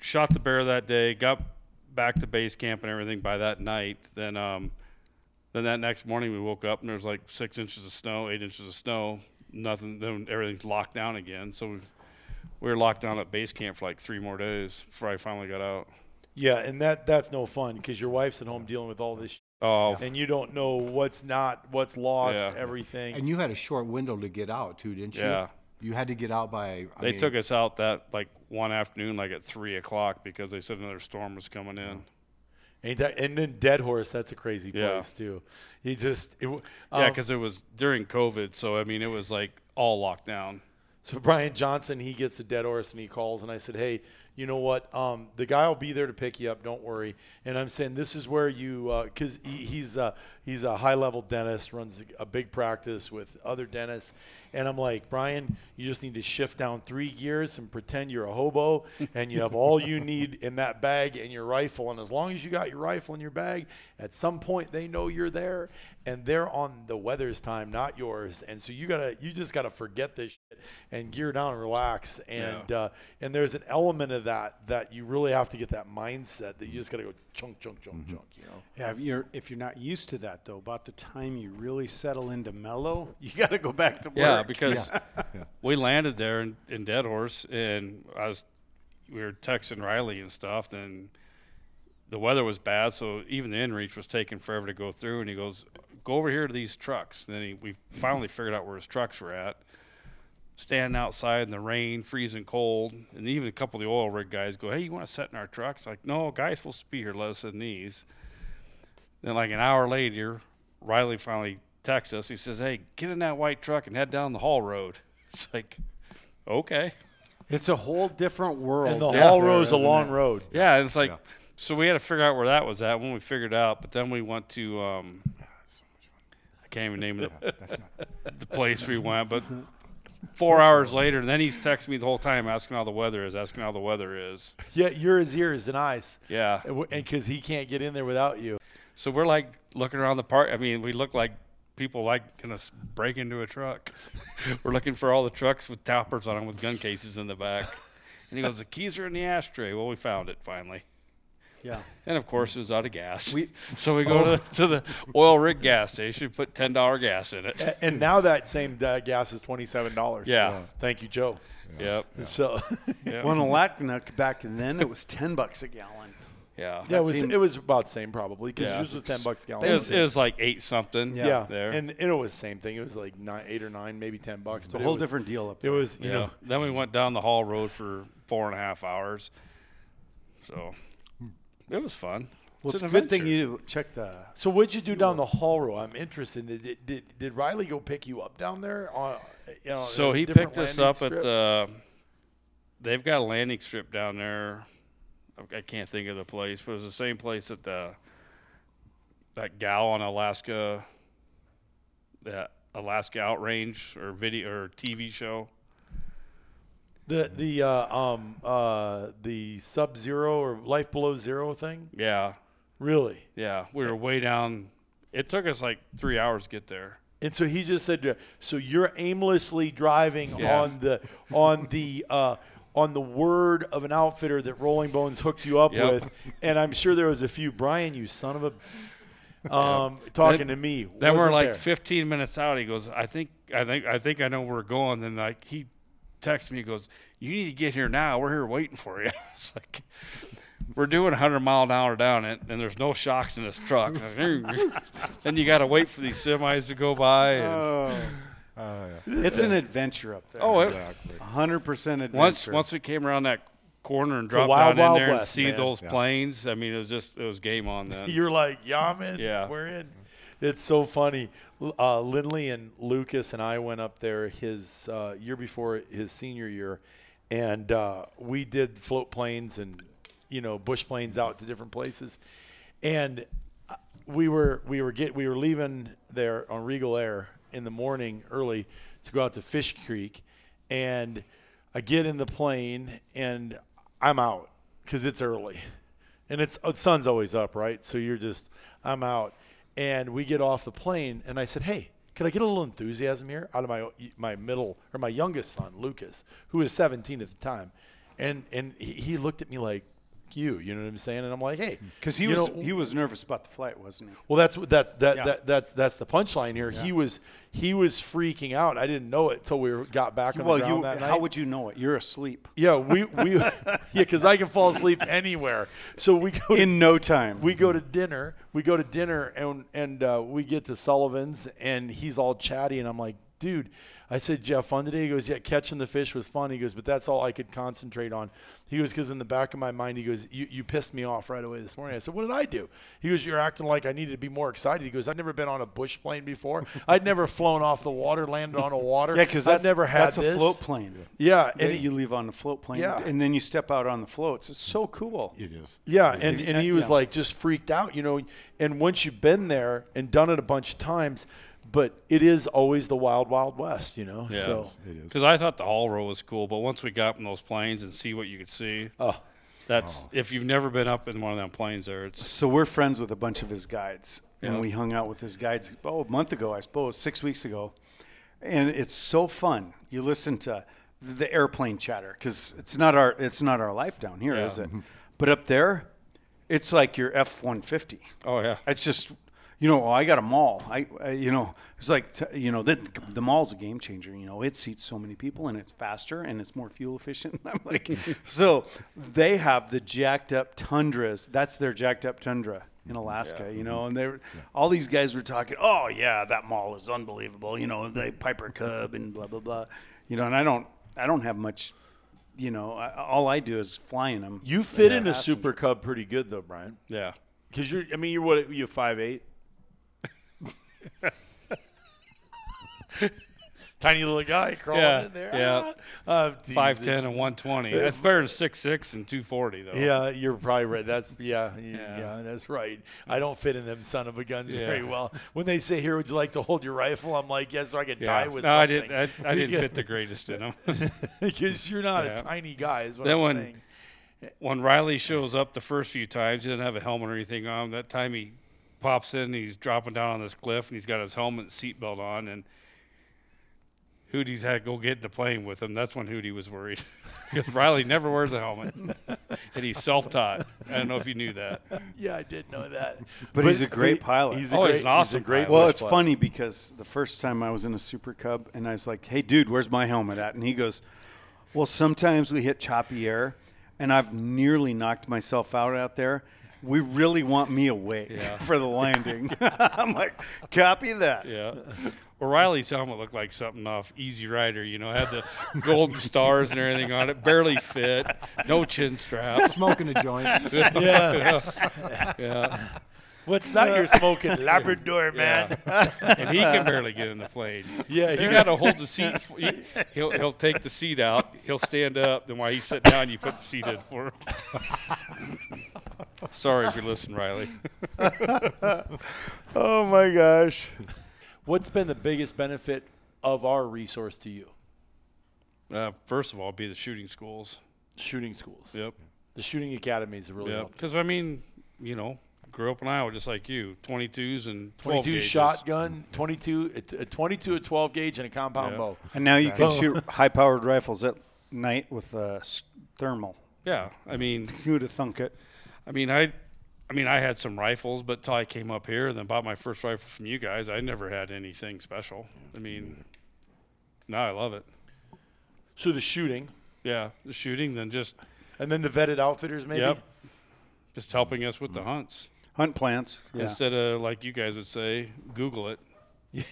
Speaker 5: shot the bear that day, got back to base camp and everything by that night. Then um then that next morning we woke up and there was like six inches of snow, eight inches of snow, nothing. Then everything's locked down again. So we we were locked down at base camp for like three more days before I finally got out.
Speaker 2: yeah, and that that's no fun because your wife's at home dealing with all this, sh-
Speaker 5: Oh,
Speaker 2: and you don't know what's not, what's lost,
Speaker 5: Yeah.
Speaker 2: everything.
Speaker 4: And you had a short window to get out too, didn't you?
Speaker 5: Yeah.
Speaker 4: You had to get out by. I
Speaker 5: they
Speaker 4: mean,
Speaker 5: took us out that like one afternoon, like at three o'clock, because they said another storm was coming in.
Speaker 2: Ain't that- and then Dead Horse, that's a crazy
Speaker 5: Yeah.
Speaker 2: place too. You just it, w-
Speaker 5: Yeah,
Speaker 2: um,
Speaker 5: because it was during COVID, so I mean, it was like all locked down.
Speaker 2: So Brian Johnson, he gets the dead horse and he calls, and I said, "Hey, you know what? Um, the guy will be there to pick you up. Don't worry." And I'm saying, "This is where you, because he, he's a, he's a high level dentist, runs a big practice with other dentists." And I'm like, "Brian, you just need to shift down three gears and pretend you're a hobo, and you have all you need in that bag and your rifle. And as long as you got your rifle in your bag, at some point they know you're there, and they're on the weather's time, not yours. And so you gotta, you just gotta forget this shit and gear down and relax. And uh, and there's an element of that that you really have to get that mindset that you just got to go chunk, chunk, chunk, chunk. You know,
Speaker 3: Yeah, if you're if you're not used to that though, about the time you really settle into mellow, you got to go back to work.
Speaker 5: Yeah, because we landed there in, in Dead Horse, and I was we were texting Riley and stuff. Then the weather was bad, so even the inReach was taking forever to go through. And he goes, "Go over here to these trucks." And then he, we finally figured out where his trucks were at. Standing outside in the rain, freezing cold, and even a couple of the oil rig guys go, "Hey, you want to set in our trucks?" Like, no, guys, supposed to be here. Let us in these. Then, like an hour later, Riley finally texts us. He says, "Hey, get in that white truck and head down the hall road." It's like, okay,
Speaker 3: it's a whole different world.
Speaker 2: and the
Speaker 3: out
Speaker 2: haul
Speaker 3: there,
Speaker 2: road's a
Speaker 3: isn't
Speaker 2: long
Speaker 3: it?
Speaker 2: road.
Speaker 5: yeah. And it's like, so we had to figure out where that was at. When we figured it out, but then we went to, um, I can't even name the, the place we went, but four hours later, and then he's texting me the whole time asking how the weather is, asking how the weather is.
Speaker 2: Yeah, you're his ears and eyes,
Speaker 5: Yeah.
Speaker 2: and because he can't get in there without you.
Speaker 5: So we're like looking around the park. I mean, we look like people like gonna s- break into a truck. we're looking for all the trucks with toppers on them with gun cases in the back. And he goes, "The keys are in the ashtray." Well, we found it finally.
Speaker 3: Yeah.
Speaker 5: And of course, it was out of gas. so we go to, to the oil rig gas station, put ten dollar gas in it.
Speaker 2: A- And now that same uh, gas is twenty seven dollars.
Speaker 5: Yeah.
Speaker 2: thank you, Joe.
Speaker 5: Yep.
Speaker 2: So
Speaker 5: yep.
Speaker 3: Well, in Alacknook back then, it was ten bucks a gallon.
Speaker 5: yeah.
Speaker 2: yeah, it was
Speaker 3: seemed-
Speaker 2: it was about the same probably because
Speaker 5: Yeah.
Speaker 2: yours was ten bucks a gallon.
Speaker 5: It was, it was like eight something.
Speaker 2: yeah,
Speaker 5: There.
Speaker 2: and it was same thing. It was like nine, eight or nine, maybe ten bucks.
Speaker 3: It's a whole different deal up
Speaker 2: It
Speaker 3: there.
Speaker 2: was you
Speaker 5: yeah.
Speaker 2: know
Speaker 5: Then we went down the hall road for four and a half hours. So it was fun.
Speaker 3: well, it's a
Speaker 5: an
Speaker 3: good thing
Speaker 5: adventure.
Speaker 3: you checked the.
Speaker 2: So what'd you do down the hall row? I'm interested. Did, did did Riley go pick you up down there? On, uh, you know,
Speaker 5: So
Speaker 2: a
Speaker 5: he
Speaker 2: Oh, different
Speaker 5: picked us
Speaker 2: landing
Speaker 5: up
Speaker 2: strip?
Speaker 5: at the. They've got a landing strip down there. I- I can't think of the place, but it was the same place that the that gal on Alaska, that Alaska Outrange or video or TV show.
Speaker 2: the the uh, um uh the sub zero or life below zero thing.
Speaker 5: Yeah,
Speaker 2: Really?
Speaker 5: yeah. We were way down. It took us like three hours to get there.
Speaker 2: And so he just said, to her, so you're aimlessly driving
Speaker 5: Yeah.
Speaker 2: on the on the uh, on the word of an outfitter that Rolling Bones hooked you up
Speaker 5: Yep.
Speaker 2: with, and I'm sure there was a few Brian, you son of a, um, talking to me.
Speaker 5: Then we're
Speaker 2: Wasn't
Speaker 5: like
Speaker 2: there.
Speaker 5: 15 minutes out. He goes, I think, I think, I think I know where we're going. Then like he texts me, he goes, you need to get here now. We're here waiting for you. it's like we're doing 100 mile an hour down it, and there's no shocks in this truck. then you got to wait for these semis to go by. And,
Speaker 2: Oh.
Speaker 3: It's an adventure up there.
Speaker 5: oh, it,
Speaker 3: hundred percent adventure.
Speaker 5: once once we came around that corner and dropped
Speaker 2: wild,
Speaker 5: down in
Speaker 2: wild
Speaker 5: there and
Speaker 2: west,
Speaker 5: see
Speaker 2: man.
Speaker 5: those planes, I mean, it was just it was game on then.
Speaker 2: You're like, yeah, I'm in.
Speaker 5: Yeah.
Speaker 2: We're in. It's so funny. L- Uh, Lindley and Lucas and I went up there his uh, year before his senior year, and uh, we did float planes and you know bush planes out to different places, and uh, we were we were get we were leaving there on Regal Air in the morning early to go out to Fish Creek, and I get in the plane and I'm out because it's early and it's uh, the sun's always up, right? So you're just, I'm out, and we get off the plane, and I said, hey, could I get a little enthusiasm here out of my my middle or my youngest son, Lucas, who was 17 at the time, and and he, he looked at me like you, you know what I'm saying, and I'm like, hey,
Speaker 3: because he
Speaker 2: you
Speaker 3: was
Speaker 2: know-
Speaker 3: he was nervous about the flight, wasn't he?
Speaker 2: well, that's what that's that,
Speaker 3: Yeah.
Speaker 2: that that's that's the punchline here. He was he was freaking out. I didn't know it till we were- got back on
Speaker 3: Well,
Speaker 2: the ground
Speaker 3: you
Speaker 2: that night.
Speaker 3: how would you know it? You're asleep
Speaker 2: yeah, we we yeah, because I can fall asleep anywhere. So we go to
Speaker 3: in no time.
Speaker 2: we go to dinner. We go to dinner and and uh, we get to Sullivan's and he's all chatty and I'm like, dude, I said, "Jeff, fun today?" He goes, "Yeah, catching the fish was fun." He goes, "But that's all I could concentrate on." He goes, "Because in the back of my mind, he goes, you, you pissed me off right away this morning." I said, "What did I do?" He goes, "You're acting like I needed to be more excited." He goes, "I've never been on a bush plane before. I'd never flown off the water, landed on a water.
Speaker 3: yeah, because
Speaker 2: I've
Speaker 3: that's
Speaker 2: never had
Speaker 3: that's
Speaker 2: this."
Speaker 3: a float plane.
Speaker 2: Yeah,
Speaker 3: and
Speaker 2: and he-
Speaker 3: you leave on the float plane,
Speaker 2: Yeah.
Speaker 3: and then you step out on the floats. It's so cool.
Speaker 4: It is.
Speaker 2: Yeah, and, and he was
Speaker 3: yeah.
Speaker 2: like just freaked out, you know. And once you've been there and done it a bunch of times, but it is always the wild, wild west, you know.
Speaker 5: Yeah.
Speaker 2: So
Speaker 4: It is.
Speaker 5: Because I thought the hall row was cool, but once we got up in those planes and see what you could see,
Speaker 2: Oh.
Speaker 5: that's if you've never been up in one of them planes there, it's
Speaker 3: So we're friends with a bunch of his guides, and we hung out with his guides oh, a month ago, I suppose, six weeks ago, and it's so fun. You listen to the airplane chatter because it's not our it's not our life down here,
Speaker 5: Yeah.
Speaker 3: is it? But up there, it's like your F one fifty.
Speaker 5: Oh yeah.
Speaker 3: It's just you know I got a mall. I, I you know it's like t- you know the the mall's a game changer. You know it seats so many people and it's faster and it's more fuel efficient. I'm like so they have the jacked up tundras. That's their jacked up tundra. In Alaska, you know, and they were, all these guys were talking. Oh yeah, that mall is unbelievable. You know, the Piper Cub and blah blah blah. You know, and I don't, I don't have much. You know, I, all I do is flying them.
Speaker 2: You fit in a Super Cub pretty good though, Brian.
Speaker 5: Yeah.
Speaker 2: Because you're, I mean, you're what? You five eight? Tiny little guy crawling
Speaker 5: Yeah,
Speaker 2: in there.
Speaker 5: yeah.
Speaker 2: Ah, I'm teasing.
Speaker 5: Five ten and one twenty. That's better than six six and two forty though.
Speaker 2: Yeah, you're probably right. That's yeah, y- yeah,
Speaker 5: Oh. Yeah.
Speaker 2: that's right. I don't fit in them son of a guns
Speaker 5: Yeah.
Speaker 2: very well. When they say here, would you like to hold your rifle? I'm like, yes, so I could
Speaker 5: Yeah.
Speaker 2: die with
Speaker 5: no, I
Speaker 2: something."
Speaker 5: didn't. I, I didn't
Speaker 2: Because-
Speaker 5: fit the greatest in them.
Speaker 2: because you're not
Speaker 5: Yeah.
Speaker 2: a tiny guy. Is what
Speaker 5: That
Speaker 2: I'm
Speaker 5: one-
Speaker 2: saying.
Speaker 5: when Riley shows up the first few times, he doesn't have a helmet or anything on. That time he pops in, he's dropping down on this cliff, and he's got his helmet and seatbelt on, and Hootie's had to go get in the plane with him. That's when Hootie was worried because Riley never wears a helmet, and he's self-taught. I don't know if you knew that.
Speaker 2: Yeah, I did know that.
Speaker 3: But he's a great pilot.
Speaker 2: He's a
Speaker 5: Oh,
Speaker 2: great,
Speaker 5: he's an awesome
Speaker 2: he's a great
Speaker 5: pilot.
Speaker 3: Well,
Speaker 2: pilot.
Speaker 3: it's funny because the first time I was in a Super Cub and I was like, "Hey, dude, where's my helmet at?" And he goes, "Well, sometimes we hit choppy air, and I've nearly knocked myself out out there. We really want me awake for the landing." I'm like, "Copy that."
Speaker 5: Yeah. Well, Riley's helmet looked like something off Easy Rider. You know, had the golden stars and everything on it, barely fit, no chin strap.
Speaker 4: Smoking a joint.
Speaker 2: Yeah.
Speaker 5: Yeah.
Speaker 2: What's that you're smoking? Labrador, man.
Speaker 5: Yeah. and he can barely get in the plane.
Speaker 2: Yeah,
Speaker 5: you
Speaker 2: he-
Speaker 5: got to hold the seat. f- He, he'll he'll take the seat out. He'll stand up. Then while he's sitting down, you put the seat in for him. Sorry if you listen, Riley.
Speaker 3: Oh my gosh.
Speaker 2: What's been the biggest benefit of our resource to you?
Speaker 5: Uh, first of all, be the shooting schools.
Speaker 2: Shooting schools.
Speaker 5: Yep.
Speaker 2: The shooting academies are really
Speaker 5: Yep.
Speaker 2: helpful.
Speaker 5: Because I mean, you know, grew up in Iowa just like you. Twenty twos and 12
Speaker 2: 22
Speaker 5: gauges.
Speaker 2: shotgun, uh, 22, a t- a 22, a 12 gauge, and a compound
Speaker 5: Yeah.
Speaker 2: bow.
Speaker 3: And now you can
Speaker 2: Oh.
Speaker 3: shoot high-powered rifles at night with a s- thermal.
Speaker 5: Yeah. I mean,
Speaker 3: Who'd have thunk it?
Speaker 5: I mean, I, I mean, I had some rifles, but till I came up here and then bought my first rifle from you guys, I never had anything special. I mean, now I love it.
Speaker 2: So the shooting,
Speaker 5: Yeah, the shooting, then just
Speaker 2: and then the vetted outfitters, maybe.
Speaker 5: yep, just helping us with the hunts
Speaker 3: Hunt plants. Yeah.
Speaker 5: instead of like you guys would say, Google it.
Speaker 2: Yeah.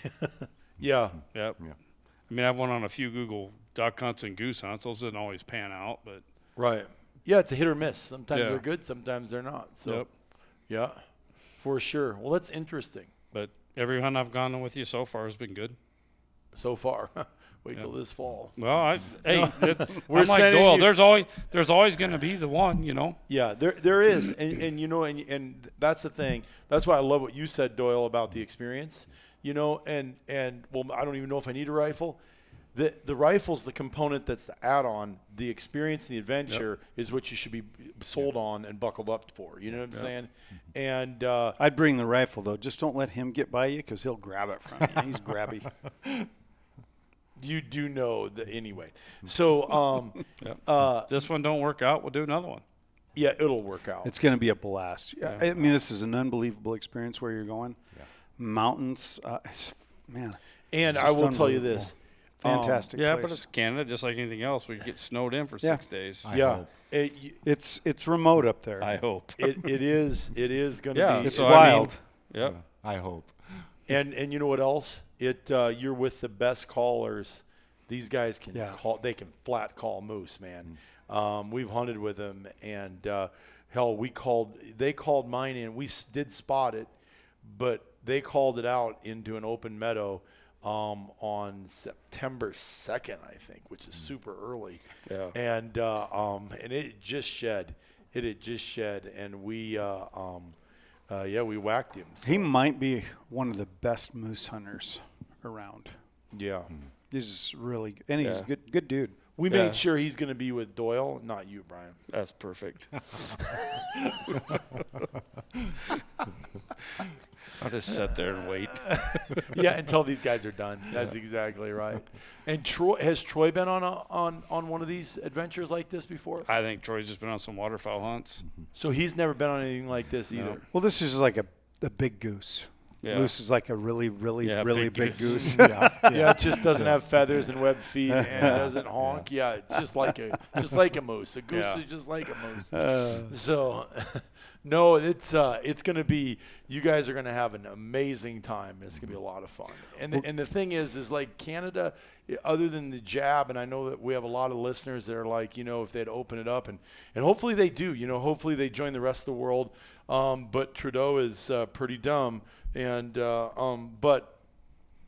Speaker 5: Yep.
Speaker 4: Yeah.
Speaker 5: I mean, I've went on a few Google duck hunts and goose hunts. Those didn't always pan out, but
Speaker 2: Right. Yeah, it's a hit or miss. Sometimes
Speaker 5: Yeah.
Speaker 2: they're good, sometimes they're not. So,
Speaker 5: Yep.
Speaker 2: yeah, for sure. Well, that's interesting
Speaker 5: but every hunt I've gone on with you so far has been good.
Speaker 2: so far. Wait till this fall.
Speaker 5: Well, I, hey, it,
Speaker 2: We're
Speaker 5: I'm like
Speaker 2: sending
Speaker 5: Doyle.
Speaker 2: you-
Speaker 5: There's always there's always going to be the one, you know.
Speaker 2: Yeah, there there is, and, and you know, and and that's the thing. That's why I love what you said, Doyle, about the experience. You know, and and well, I don't even know if I need a rifle. The the rifle's the component that's the add-on. The experience, and the adventure is what you should be sold on and buckled up for. You know what I'm saying? And uh,
Speaker 3: I'd bring the rifle though. Just don't let him get by you because he'll grab it from you. He's grabby.
Speaker 2: you do know that anyway. So um,
Speaker 5: This one don't work out. We'll do another one.
Speaker 2: yeah, it'll work out.
Speaker 3: It's going to be a blast. Yeah. I mean, this is an unbelievable experience where you're going. Mountains, uh, it's- man,
Speaker 2: and I
Speaker 3: just
Speaker 2: will tell you
Speaker 3: unbelievable.
Speaker 2: this.
Speaker 3: fantastic.
Speaker 5: Um, Yeah, but
Speaker 3: place.
Speaker 5: it's Canada, just like anything else. We get snowed in for
Speaker 3: Yeah.
Speaker 5: six days. I,
Speaker 2: yeah,
Speaker 4: hope.
Speaker 2: it, y-
Speaker 3: it's it's remote up there.
Speaker 5: hope.
Speaker 2: it, it is it is going to
Speaker 5: Yeah,
Speaker 2: be
Speaker 3: it's
Speaker 5: so I mean-
Speaker 3: wild.
Speaker 5: Yep.
Speaker 4: I hope.
Speaker 2: And and you know what else? It uh, you're with the best callers. These guys can
Speaker 3: Yeah. Mm.
Speaker 2: call. They can flat call moose, man. Um, we've hunted with them, and uh, hell, we called. They called mine in. We s- did spot it, but they called it out into an open meadow um, on September second, I think, which is
Speaker 3: Mm.
Speaker 2: super early.
Speaker 5: Yeah.
Speaker 2: And uh, um, and it just shed. It had just shed, and we uh, um, uh, yeah, we whacked him. So,
Speaker 3: He might be one of the best moose hunters around.
Speaker 2: yeah.
Speaker 3: Hmm. He's really, good. and he's a
Speaker 5: Yeah.
Speaker 3: good good dude.
Speaker 2: We
Speaker 5: Yeah.
Speaker 2: made sure he's going to be with Doyle, not you, Brian.
Speaker 5: That's perfect. I'll just sit there and wait.
Speaker 2: yeah, until these guys are done. That's exactly right. And Troy has Troy been on a, on on one of these adventures like this before?
Speaker 5: I think Troy's just been on some waterfowl hunts.
Speaker 2: So he's never been on anything like this either.
Speaker 3: Well, this is like a, a big goose.
Speaker 5: Yeah.
Speaker 3: Moose is like a really, really,
Speaker 5: Yeah,
Speaker 3: really
Speaker 5: big
Speaker 3: big,
Speaker 5: goose.
Speaker 3: goose.
Speaker 2: Yeah, it just doesn't have feathers and webbed feet and it doesn't honk. Yeah, it's just like a just like a moose. A goose
Speaker 5: Yeah.
Speaker 2: is just like a moose. Uh. so, no, it's uh, it's gonna be. You guys are gonna have an amazing time. It's gonna be a lot of fun. And the, and the thing is, is like Canada, i- other than the jab, and I know that we have a lot of listeners that are like, you know, if they'd open it up, and and hopefully they do. You know, hopefully they join the rest of the world. Um, but Trudeau is uh, pretty dumb, and uh, um, but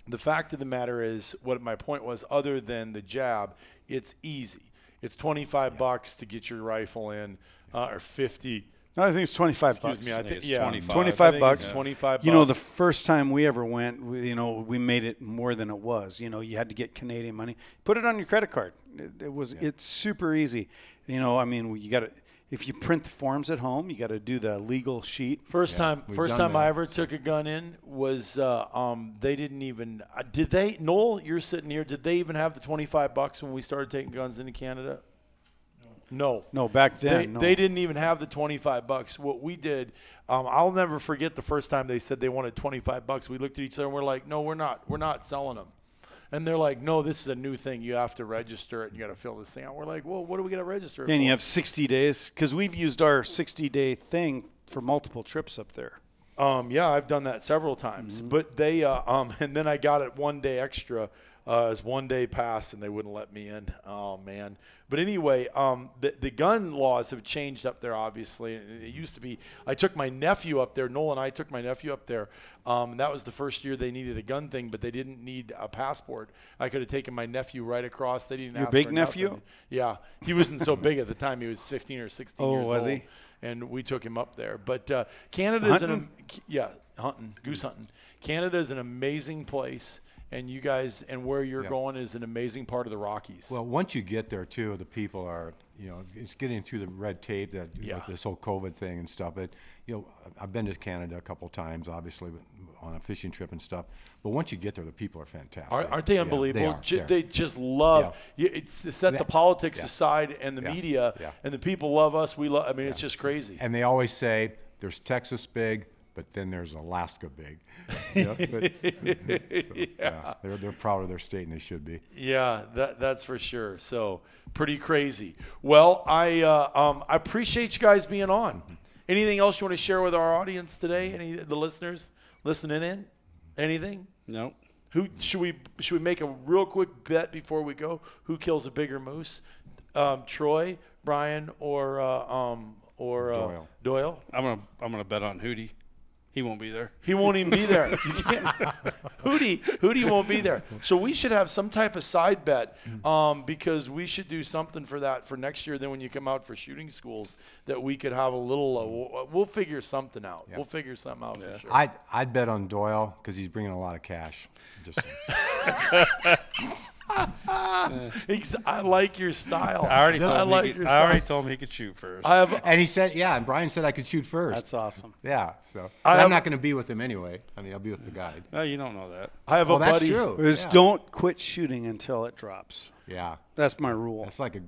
Speaker 2: the fact of the matter is what my point was other than the jab it's easy it's 25 bucks to get your rifle in uh, or 50
Speaker 3: No, I think it's 25
Speaker 2: excuse
Speaker 3: bucks.
Speaker 2: me i
Speaker 5: think
Speaker 2: think
Speaker 5: it's
Speaker 2: yeah
Speaker 5: 25.
Speaker 3: 25
Speaker 2: Um, I think
Speaker 3: bucks.
Speaker 2: it's 25
Speaker 3: You know, the
Speaker 2: bucks.
Speaker 3: first time we ever went, we, you know, we made it more than it was. You know, you had to get Canadian money. Put it on your credit card. It, it was it's super easy. You know, I mean, you got to if you print the forms at home, you got to do the legal sheet.
Speaker 2: first time
Speaker 4: we've
Speaker 2: first
Speaker 4: done
Speaker 2: time i
Speaker 4: that,
Speaker 2: ever took a gun in was uh, um, they didn't even uh, did they noel you're sitting here did they even have the 25 bucks when we started taking guns into canada no
Speaker 3: No, back then
Speaker 2: they,
Speaker 3: no.
Speaker 2: they didn't even have the 25 bucks. What we did, um, I'll never forget the first time they said they wanted 25 bucks. We looked at each other and we're like, no, we're not. We're not selling them. And they're like, no, this is a new thing. You have to register it and you got to fill this thing out. We're like, well, what are we going to register? it
Speaker 3: And you
Speaker 2: for?"
Speaker 3: have 60 days because we've used our 60 day thing for multiple trips up there.
Speaker 2: Um, yeah, I've done that several times.
Speaker 3: Mm-hmm.
Speaker 2: But they, uh, um, and then I got it one day extra uh, as one day passed, and they wouldn't let me in. Oh man! But anyway, um, the the gun laws have changed up there, obviously. And It used to be I took my nephew up there. Noel and I took my nephew up there. Um, and that was the first year they needed a gun thing, but they didn't need a passport. I could have taken my nephew right across. They didn't. Your
Speaker 3: big nephew?
Speaker 2: Yeah, he wasn't so big at the time. He was 15 or 16
Speaker 3: Oh,
Speaker 2: years
Speaker 3: was
Speaker 2: old
Speaker 3: he?
Speaker 2: and we took him up there. But uh, Canada's an am- yeah hunting
Speaker 4: Mm-hmm.
Speaker 2: goose hunting. Canada is an amazing place, and you guys and where you're going is an amazing part of the Rockies.
Speaker 4: Well, once you get there, too, the people are, you know, it's getting through the red tape that with
Speaker 2: Yeah.
Speaker 4: this whole COVID thing and stuff. But you know, I- I've been to Canada a couple times, obviously, with- on a fishing trip and stuff. But once you get there, the people are fantastic.
Speaker 2: Aren't aren't they
Speaker 4: Yeah,
Speaker 2: unbelievable?
Speaker 4: are.
Speaker 2: Ju-
Speaker 4: They're-
Speaker 2: they just love. You, it's it's set the
Speaker 4: Yeah.
Speaker 2: politics aside and the
Speaker 4: Yeah.
Speaker 2: media,
Speaker 4: Yeah.
Speaker 2: and the people love us. We love. I mean, it's just crazy.
Speaker 4: and they always say there's Texas big, but then there's Alaska big. You know, but- so, yeah, they're they're proud of their state and they should be.
Speaker 2: Yeah, that that's for sure. So pretty crazy. Well, I uh, um, I appreciate you guys being on. Anything else you want to share with our audience today? Any the listeners listening in? Anything?
Speaker 5: Nope.
Speaker 2: Who should we should we make a real quick bet before we go? Who kills a bigger moose? Um, Troy, Brian, or uh, um, or uh,
Speaker 4: Doyle.
Speaker 2: Doyle.
Speaker 5: I'm gonna I'm gonna bet on Hootie. He won't be there.
Speaker 2: He won't even be there. You can't. Hootie, Hootie won't be there. So we should have some type of side bet
Speaker 5: Mm.
Speaker 2: um, because we should do something for that for next year. Then when you come out for shooting schools, that we could have a little. Uh, we'll, we'll figure something out. We'll figure something out for sure.
Speaker 4: I'd I'd bet on Doyle because he's bringing a lot of cash. Just
Speaker 2: Ex- I like your style.
Speaker 5: I already
Speaker 2: I
Speaker 5: told him
Speaker 2: like
Speaker 5: he could,
Speaker 2: your
Speaker 5: I already
Speaker 2: style.
Speaker 5: told him he could shoot first.
Speaker 2: I have
Speaker 4: and he said, yeah, and Brian said I could shoot first.
Speaker 3: That's awesome.
Speaker 4: yeah, so
Speaker 2: I
Speaker 4: I
Speaker 2: have-
Speaker 4: am not going to be with him anyway. I mean, I'll be with the guide.
Speaker 5: no, you don't know that.
Speaker 2: I have
Speaker 4: Well,
Speaker 2: a
Speaker 4: that's
Speaker 2: buddy.
Speaker 4: true.
Speaker 3: It was
Speaker 4: yeah.
Speaker 3: don't quit shooting until it drops.
Speaker 4: Yeah,
Speaker 3: That's my rule.
Speaker 4: that's like a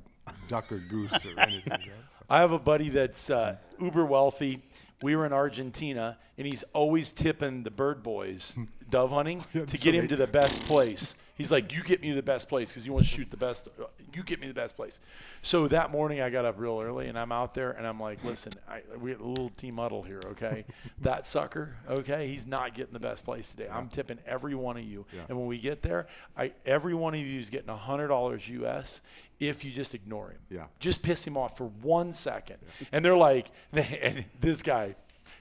Speaker 4: duck or goose or anything. you know, so.
Speaker 2: I have a buddy that's uh, uber wealthy. We were in Argentina, and he's always tipping the bird boys dove hunting to get him to the best place. He's like, "You get me the best place because you want to shoot the best. uh, You get me the best place." So that morning, I got up real early, and I'm out there, and I'm like, "Listen, I, we got a little team muddle here, okay? That sucker, okay, he's not getting the best place today. I'm tipping every one of you, and when we get there, I every one of you is getting hundred dollars US if you just ignore him.
Speaker 4: Yeah.
Speaker 2: Just piss him off for one second. And they're like, and this guy,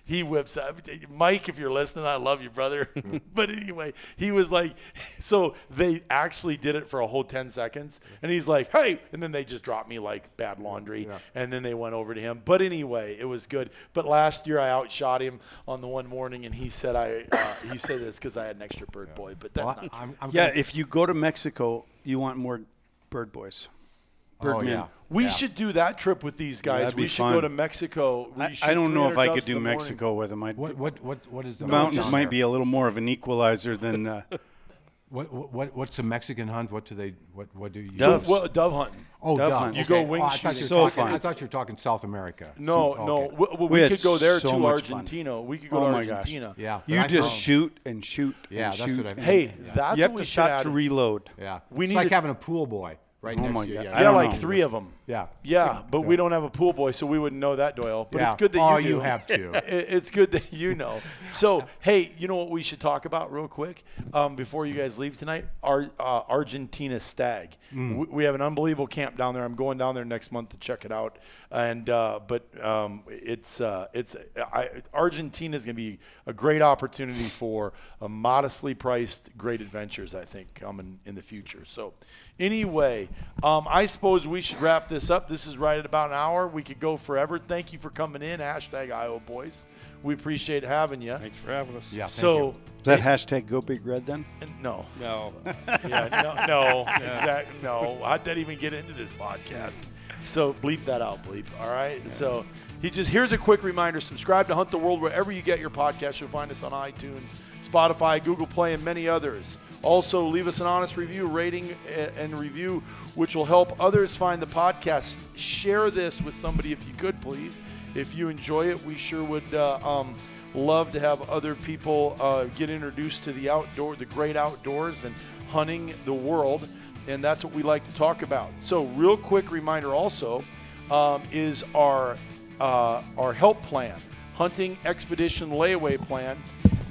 Speaker 2: he whips up. Mike, if you're listening, I love you, brother. but anyway, he was like, so they actually did it for a whole 10 seconds. And he's like, hey. And then they just dropped me like bad laundry. And then they went over to him. But anyway, it was good. But last year, I outshot him on the one morning, and he said, I, uh, he said this because I had an extra bird boy. But that's
Speaker 4: Well,
Speaker 2: not true.
Speaker 4: I'm, I'm
Speaker 3: Yeah,
Speaker 4: gonna-
Speaker 3: if you go to Mexico, you want more bird boys.
Speaker 4: oh,
Speaker 3: Bergman.
Speaker 2: yeah. We should do that trip with these guys.
Speaker 3: That'd
Speaker 2: We
Speaker 3: be
Speaker 2: should
Speaker 3: fun.
Speaker 2: go to Mexico. We
Speaker 3: I,
Speaker 2: shoot
Speaker 3: I don't know if
Speaker 2: 300
Speaker 3: I could
Speaker 2: ducks in
Speaker 3: do
Speaker 2: the morning.
Speaker 3: Mexico with them. I,
Speaker 4: What what what what is the
Speaker 3: the
Speaker 4: hunt
Speaker 3: mountains
Speaker 4: down
Speaker 3: might
Speaker 4: there?
Speaker 3: be a little more of an equalizer than. Uh,
Speaker 4: What, what what what's the Mexican hunt? What do they what what do you?
Speaker 2: So,
Speaker 3: Doves.
Speaker 2: well, dove hunting.
Speaker 4: Oh,
Speaker 3: Dove
Speaker 4: dove.
Speaker 3: hunt.
Speaker 2: You go
Speaker 4: Okay.
Speaker 2: wing
Speaker 4: oh, I thought you
Speaker 2: shooting.
Speaker 3: So
Speaker 4: were talking,
Speaker 3: fun.
Speaker 4: I thought you were talking South America.
Speaker 2: No,
Speaker 4: So-
Speaker 2: no.
Speaker 4: okay.
Speaker 2: W- w-
Speaker 3: We
Speaker 2: We,
Speaker 3: had
Speaker 2: could go there
Speaker 3: so
Speaker 2: to
Speaker 3: much fun.
Speaker 2: Argentina. We could go
Speaker 3: Oh
Speaker 2: to
Speaker 3: my gosh.
Speaker 2: Argentina.
Speaker 4: Yeah.
Speaker 3: you
Speaker 4: but I
Speaker 3: just
Speaker 4: found-
Speaker 3: shoot and shoot
Speaker 4: Yeah,
Speaker 3: and
Speaker 4: that's
Speaker 3: shoot.
Speaker 4: what I mean.
Speaker 2: Hey,
Speaker 4: Yeah.
Speaker 2: that's
Speaker 3: you have
Speaker 2: what we
Speaker 3: to
Speaker 2: should
Speaker 3: stop
Speaker 2: add.
Speaker 3: to reload.
Speaker 4: Yeah.
Speaker 2: We
Speaker 4: it's
Speaker 2: need
Speaker 4: like
Speaker 2: to-
Speaker 4: having a pool boy right
Speaker 3: Oh
Speaker 4: next
Speaker 3: my
Speaker 4: to you.
Speaker 3: God. I
Speaker 2: Yeah,
Speaker 3: don't
Speaker 2: like
Speaker 3: know.
Speaker 2: three of them.
Speaker 4: Yeah.
Speaker 2: Yeah, but we don't have a pool boy, so we wouldn't know that, Doyle. But
Speaker 4: Yeah.
Speaker 2: it's good that
Speaker 4: oh,
Speaker 2: you
Speaker 4: you
Speaker 2: do.
Speaker 4: have to.
Speaker 2: I- it's good that you know. So, hey, you know what we should talk about real quick um, before you guys leave tonight? Our uh, Argentina stag.
Speaker 4: Mm.
Speaker 2: We, we have an unbelievable camp down there. I'm going down there next month to check it out. And uh, but um, it's uh, it's I, Argentina is going to be a great opportunity for a modestly priced great adventures. I think coming in the future. So, anyway, um, I suppose we should wrap this up. This is right at about an hour. We could go forever. Thank you for coming in. Hashtag Iowa Boys. We appreciate having you.
Speaker 5: Thanks for having us.
Speaker 4: Yeah. thank
Speaker 2: So,
Speaker 4: you.
Speaker 3: Is that hashtag Go Big Red then?
Speaker 2: no,
Speaker 5: No.
Speaker 2: yeah, no, no, exact, no. How'd that even get into this podcast? So bleep that out, bleep. All right. So he just here's a quick reminder: subscribe to Hunt the World wherever you get your podcast. You'll find us on iTunes, Spotify, Google Play, and many others. Also, leave us an honest review, rating, a- and review, which will help others find the podcast. Share this with somebody if you could, please. If you enjoy it, we sure would. Uh, um, love to have other people uh, get introduced to the outdoor, the great outdoors, and hunting the world. And that's what we like to talk about. So, real quick reminder also um, is our uh, our help plan, hunting expedition layaway plan.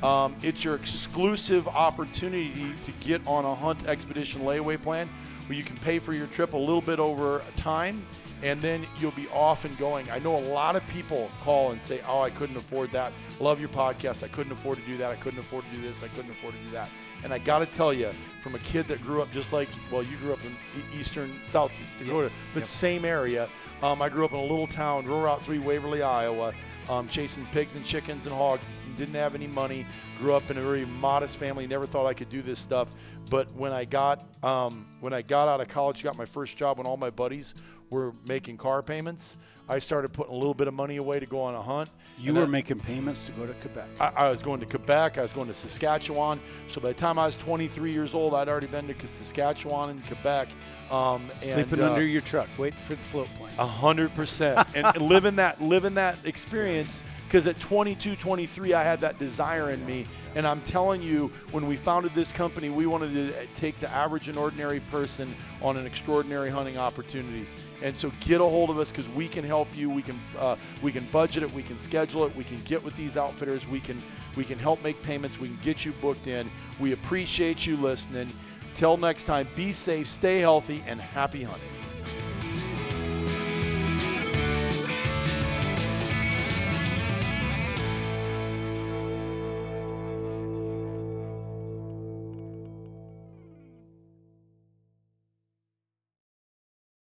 Speaker 2: Um, it's your exclusive opportunity to get on a hunt expedition layaway plan where you can pay for your trip a little bit over time and then you'll be off and going. I know a lot of people call and say, Oh, I couldn't afford that. Love your podcast. I couldn't afford to do that. I couldn't afford to do this. I couldn't afford to do that. And I got to tell you, from a kid that grew up just like, well, you grew up in e- eastern, south Dakota, but same area. Um, I grew up in a little town, rural Route 3, Waverly, Iowa, um, chasing pigs and chickens and hogs. Didn't have any money. Grew up in a very modest family. Never thought I could do this stuff. But when I got um, when I got out of college, got my first job when all my buddies were making car payments. I started putting a little bit of money away to go on a hunt.
Speaker 3: You
Speaker 2: And
Speaker 3: were
Speaker 2: I-
Speaker 3: making payments to go to Quebec.
Speaker 2: I, I was going to Quebec. I was going to Saskatchewan. So by the time I was 23 years old, I'd already been to Saskatchewan and Quebec. Um, and,
Speaker 3: Sleeping
Speaker 2: uh,
Speaker 3: under your truck, waiting for the float plane.
Speaker 2: a hundred percent, and and living that living that experience. Because at 22, 23, I had that desire in me, and I'm telling you, when we founded this company, we wanted to uh, take the average and ordinary person on an extraordinary hunting opportunities. And so, get a hold of us because we can help you. We can uh, we can budget it, we can schedule it, we can get with these outfitters, we can we can help make payments, we can get you booked in. We appreciate you listening. Till next time, be safe, stay healthy, and happy hunting.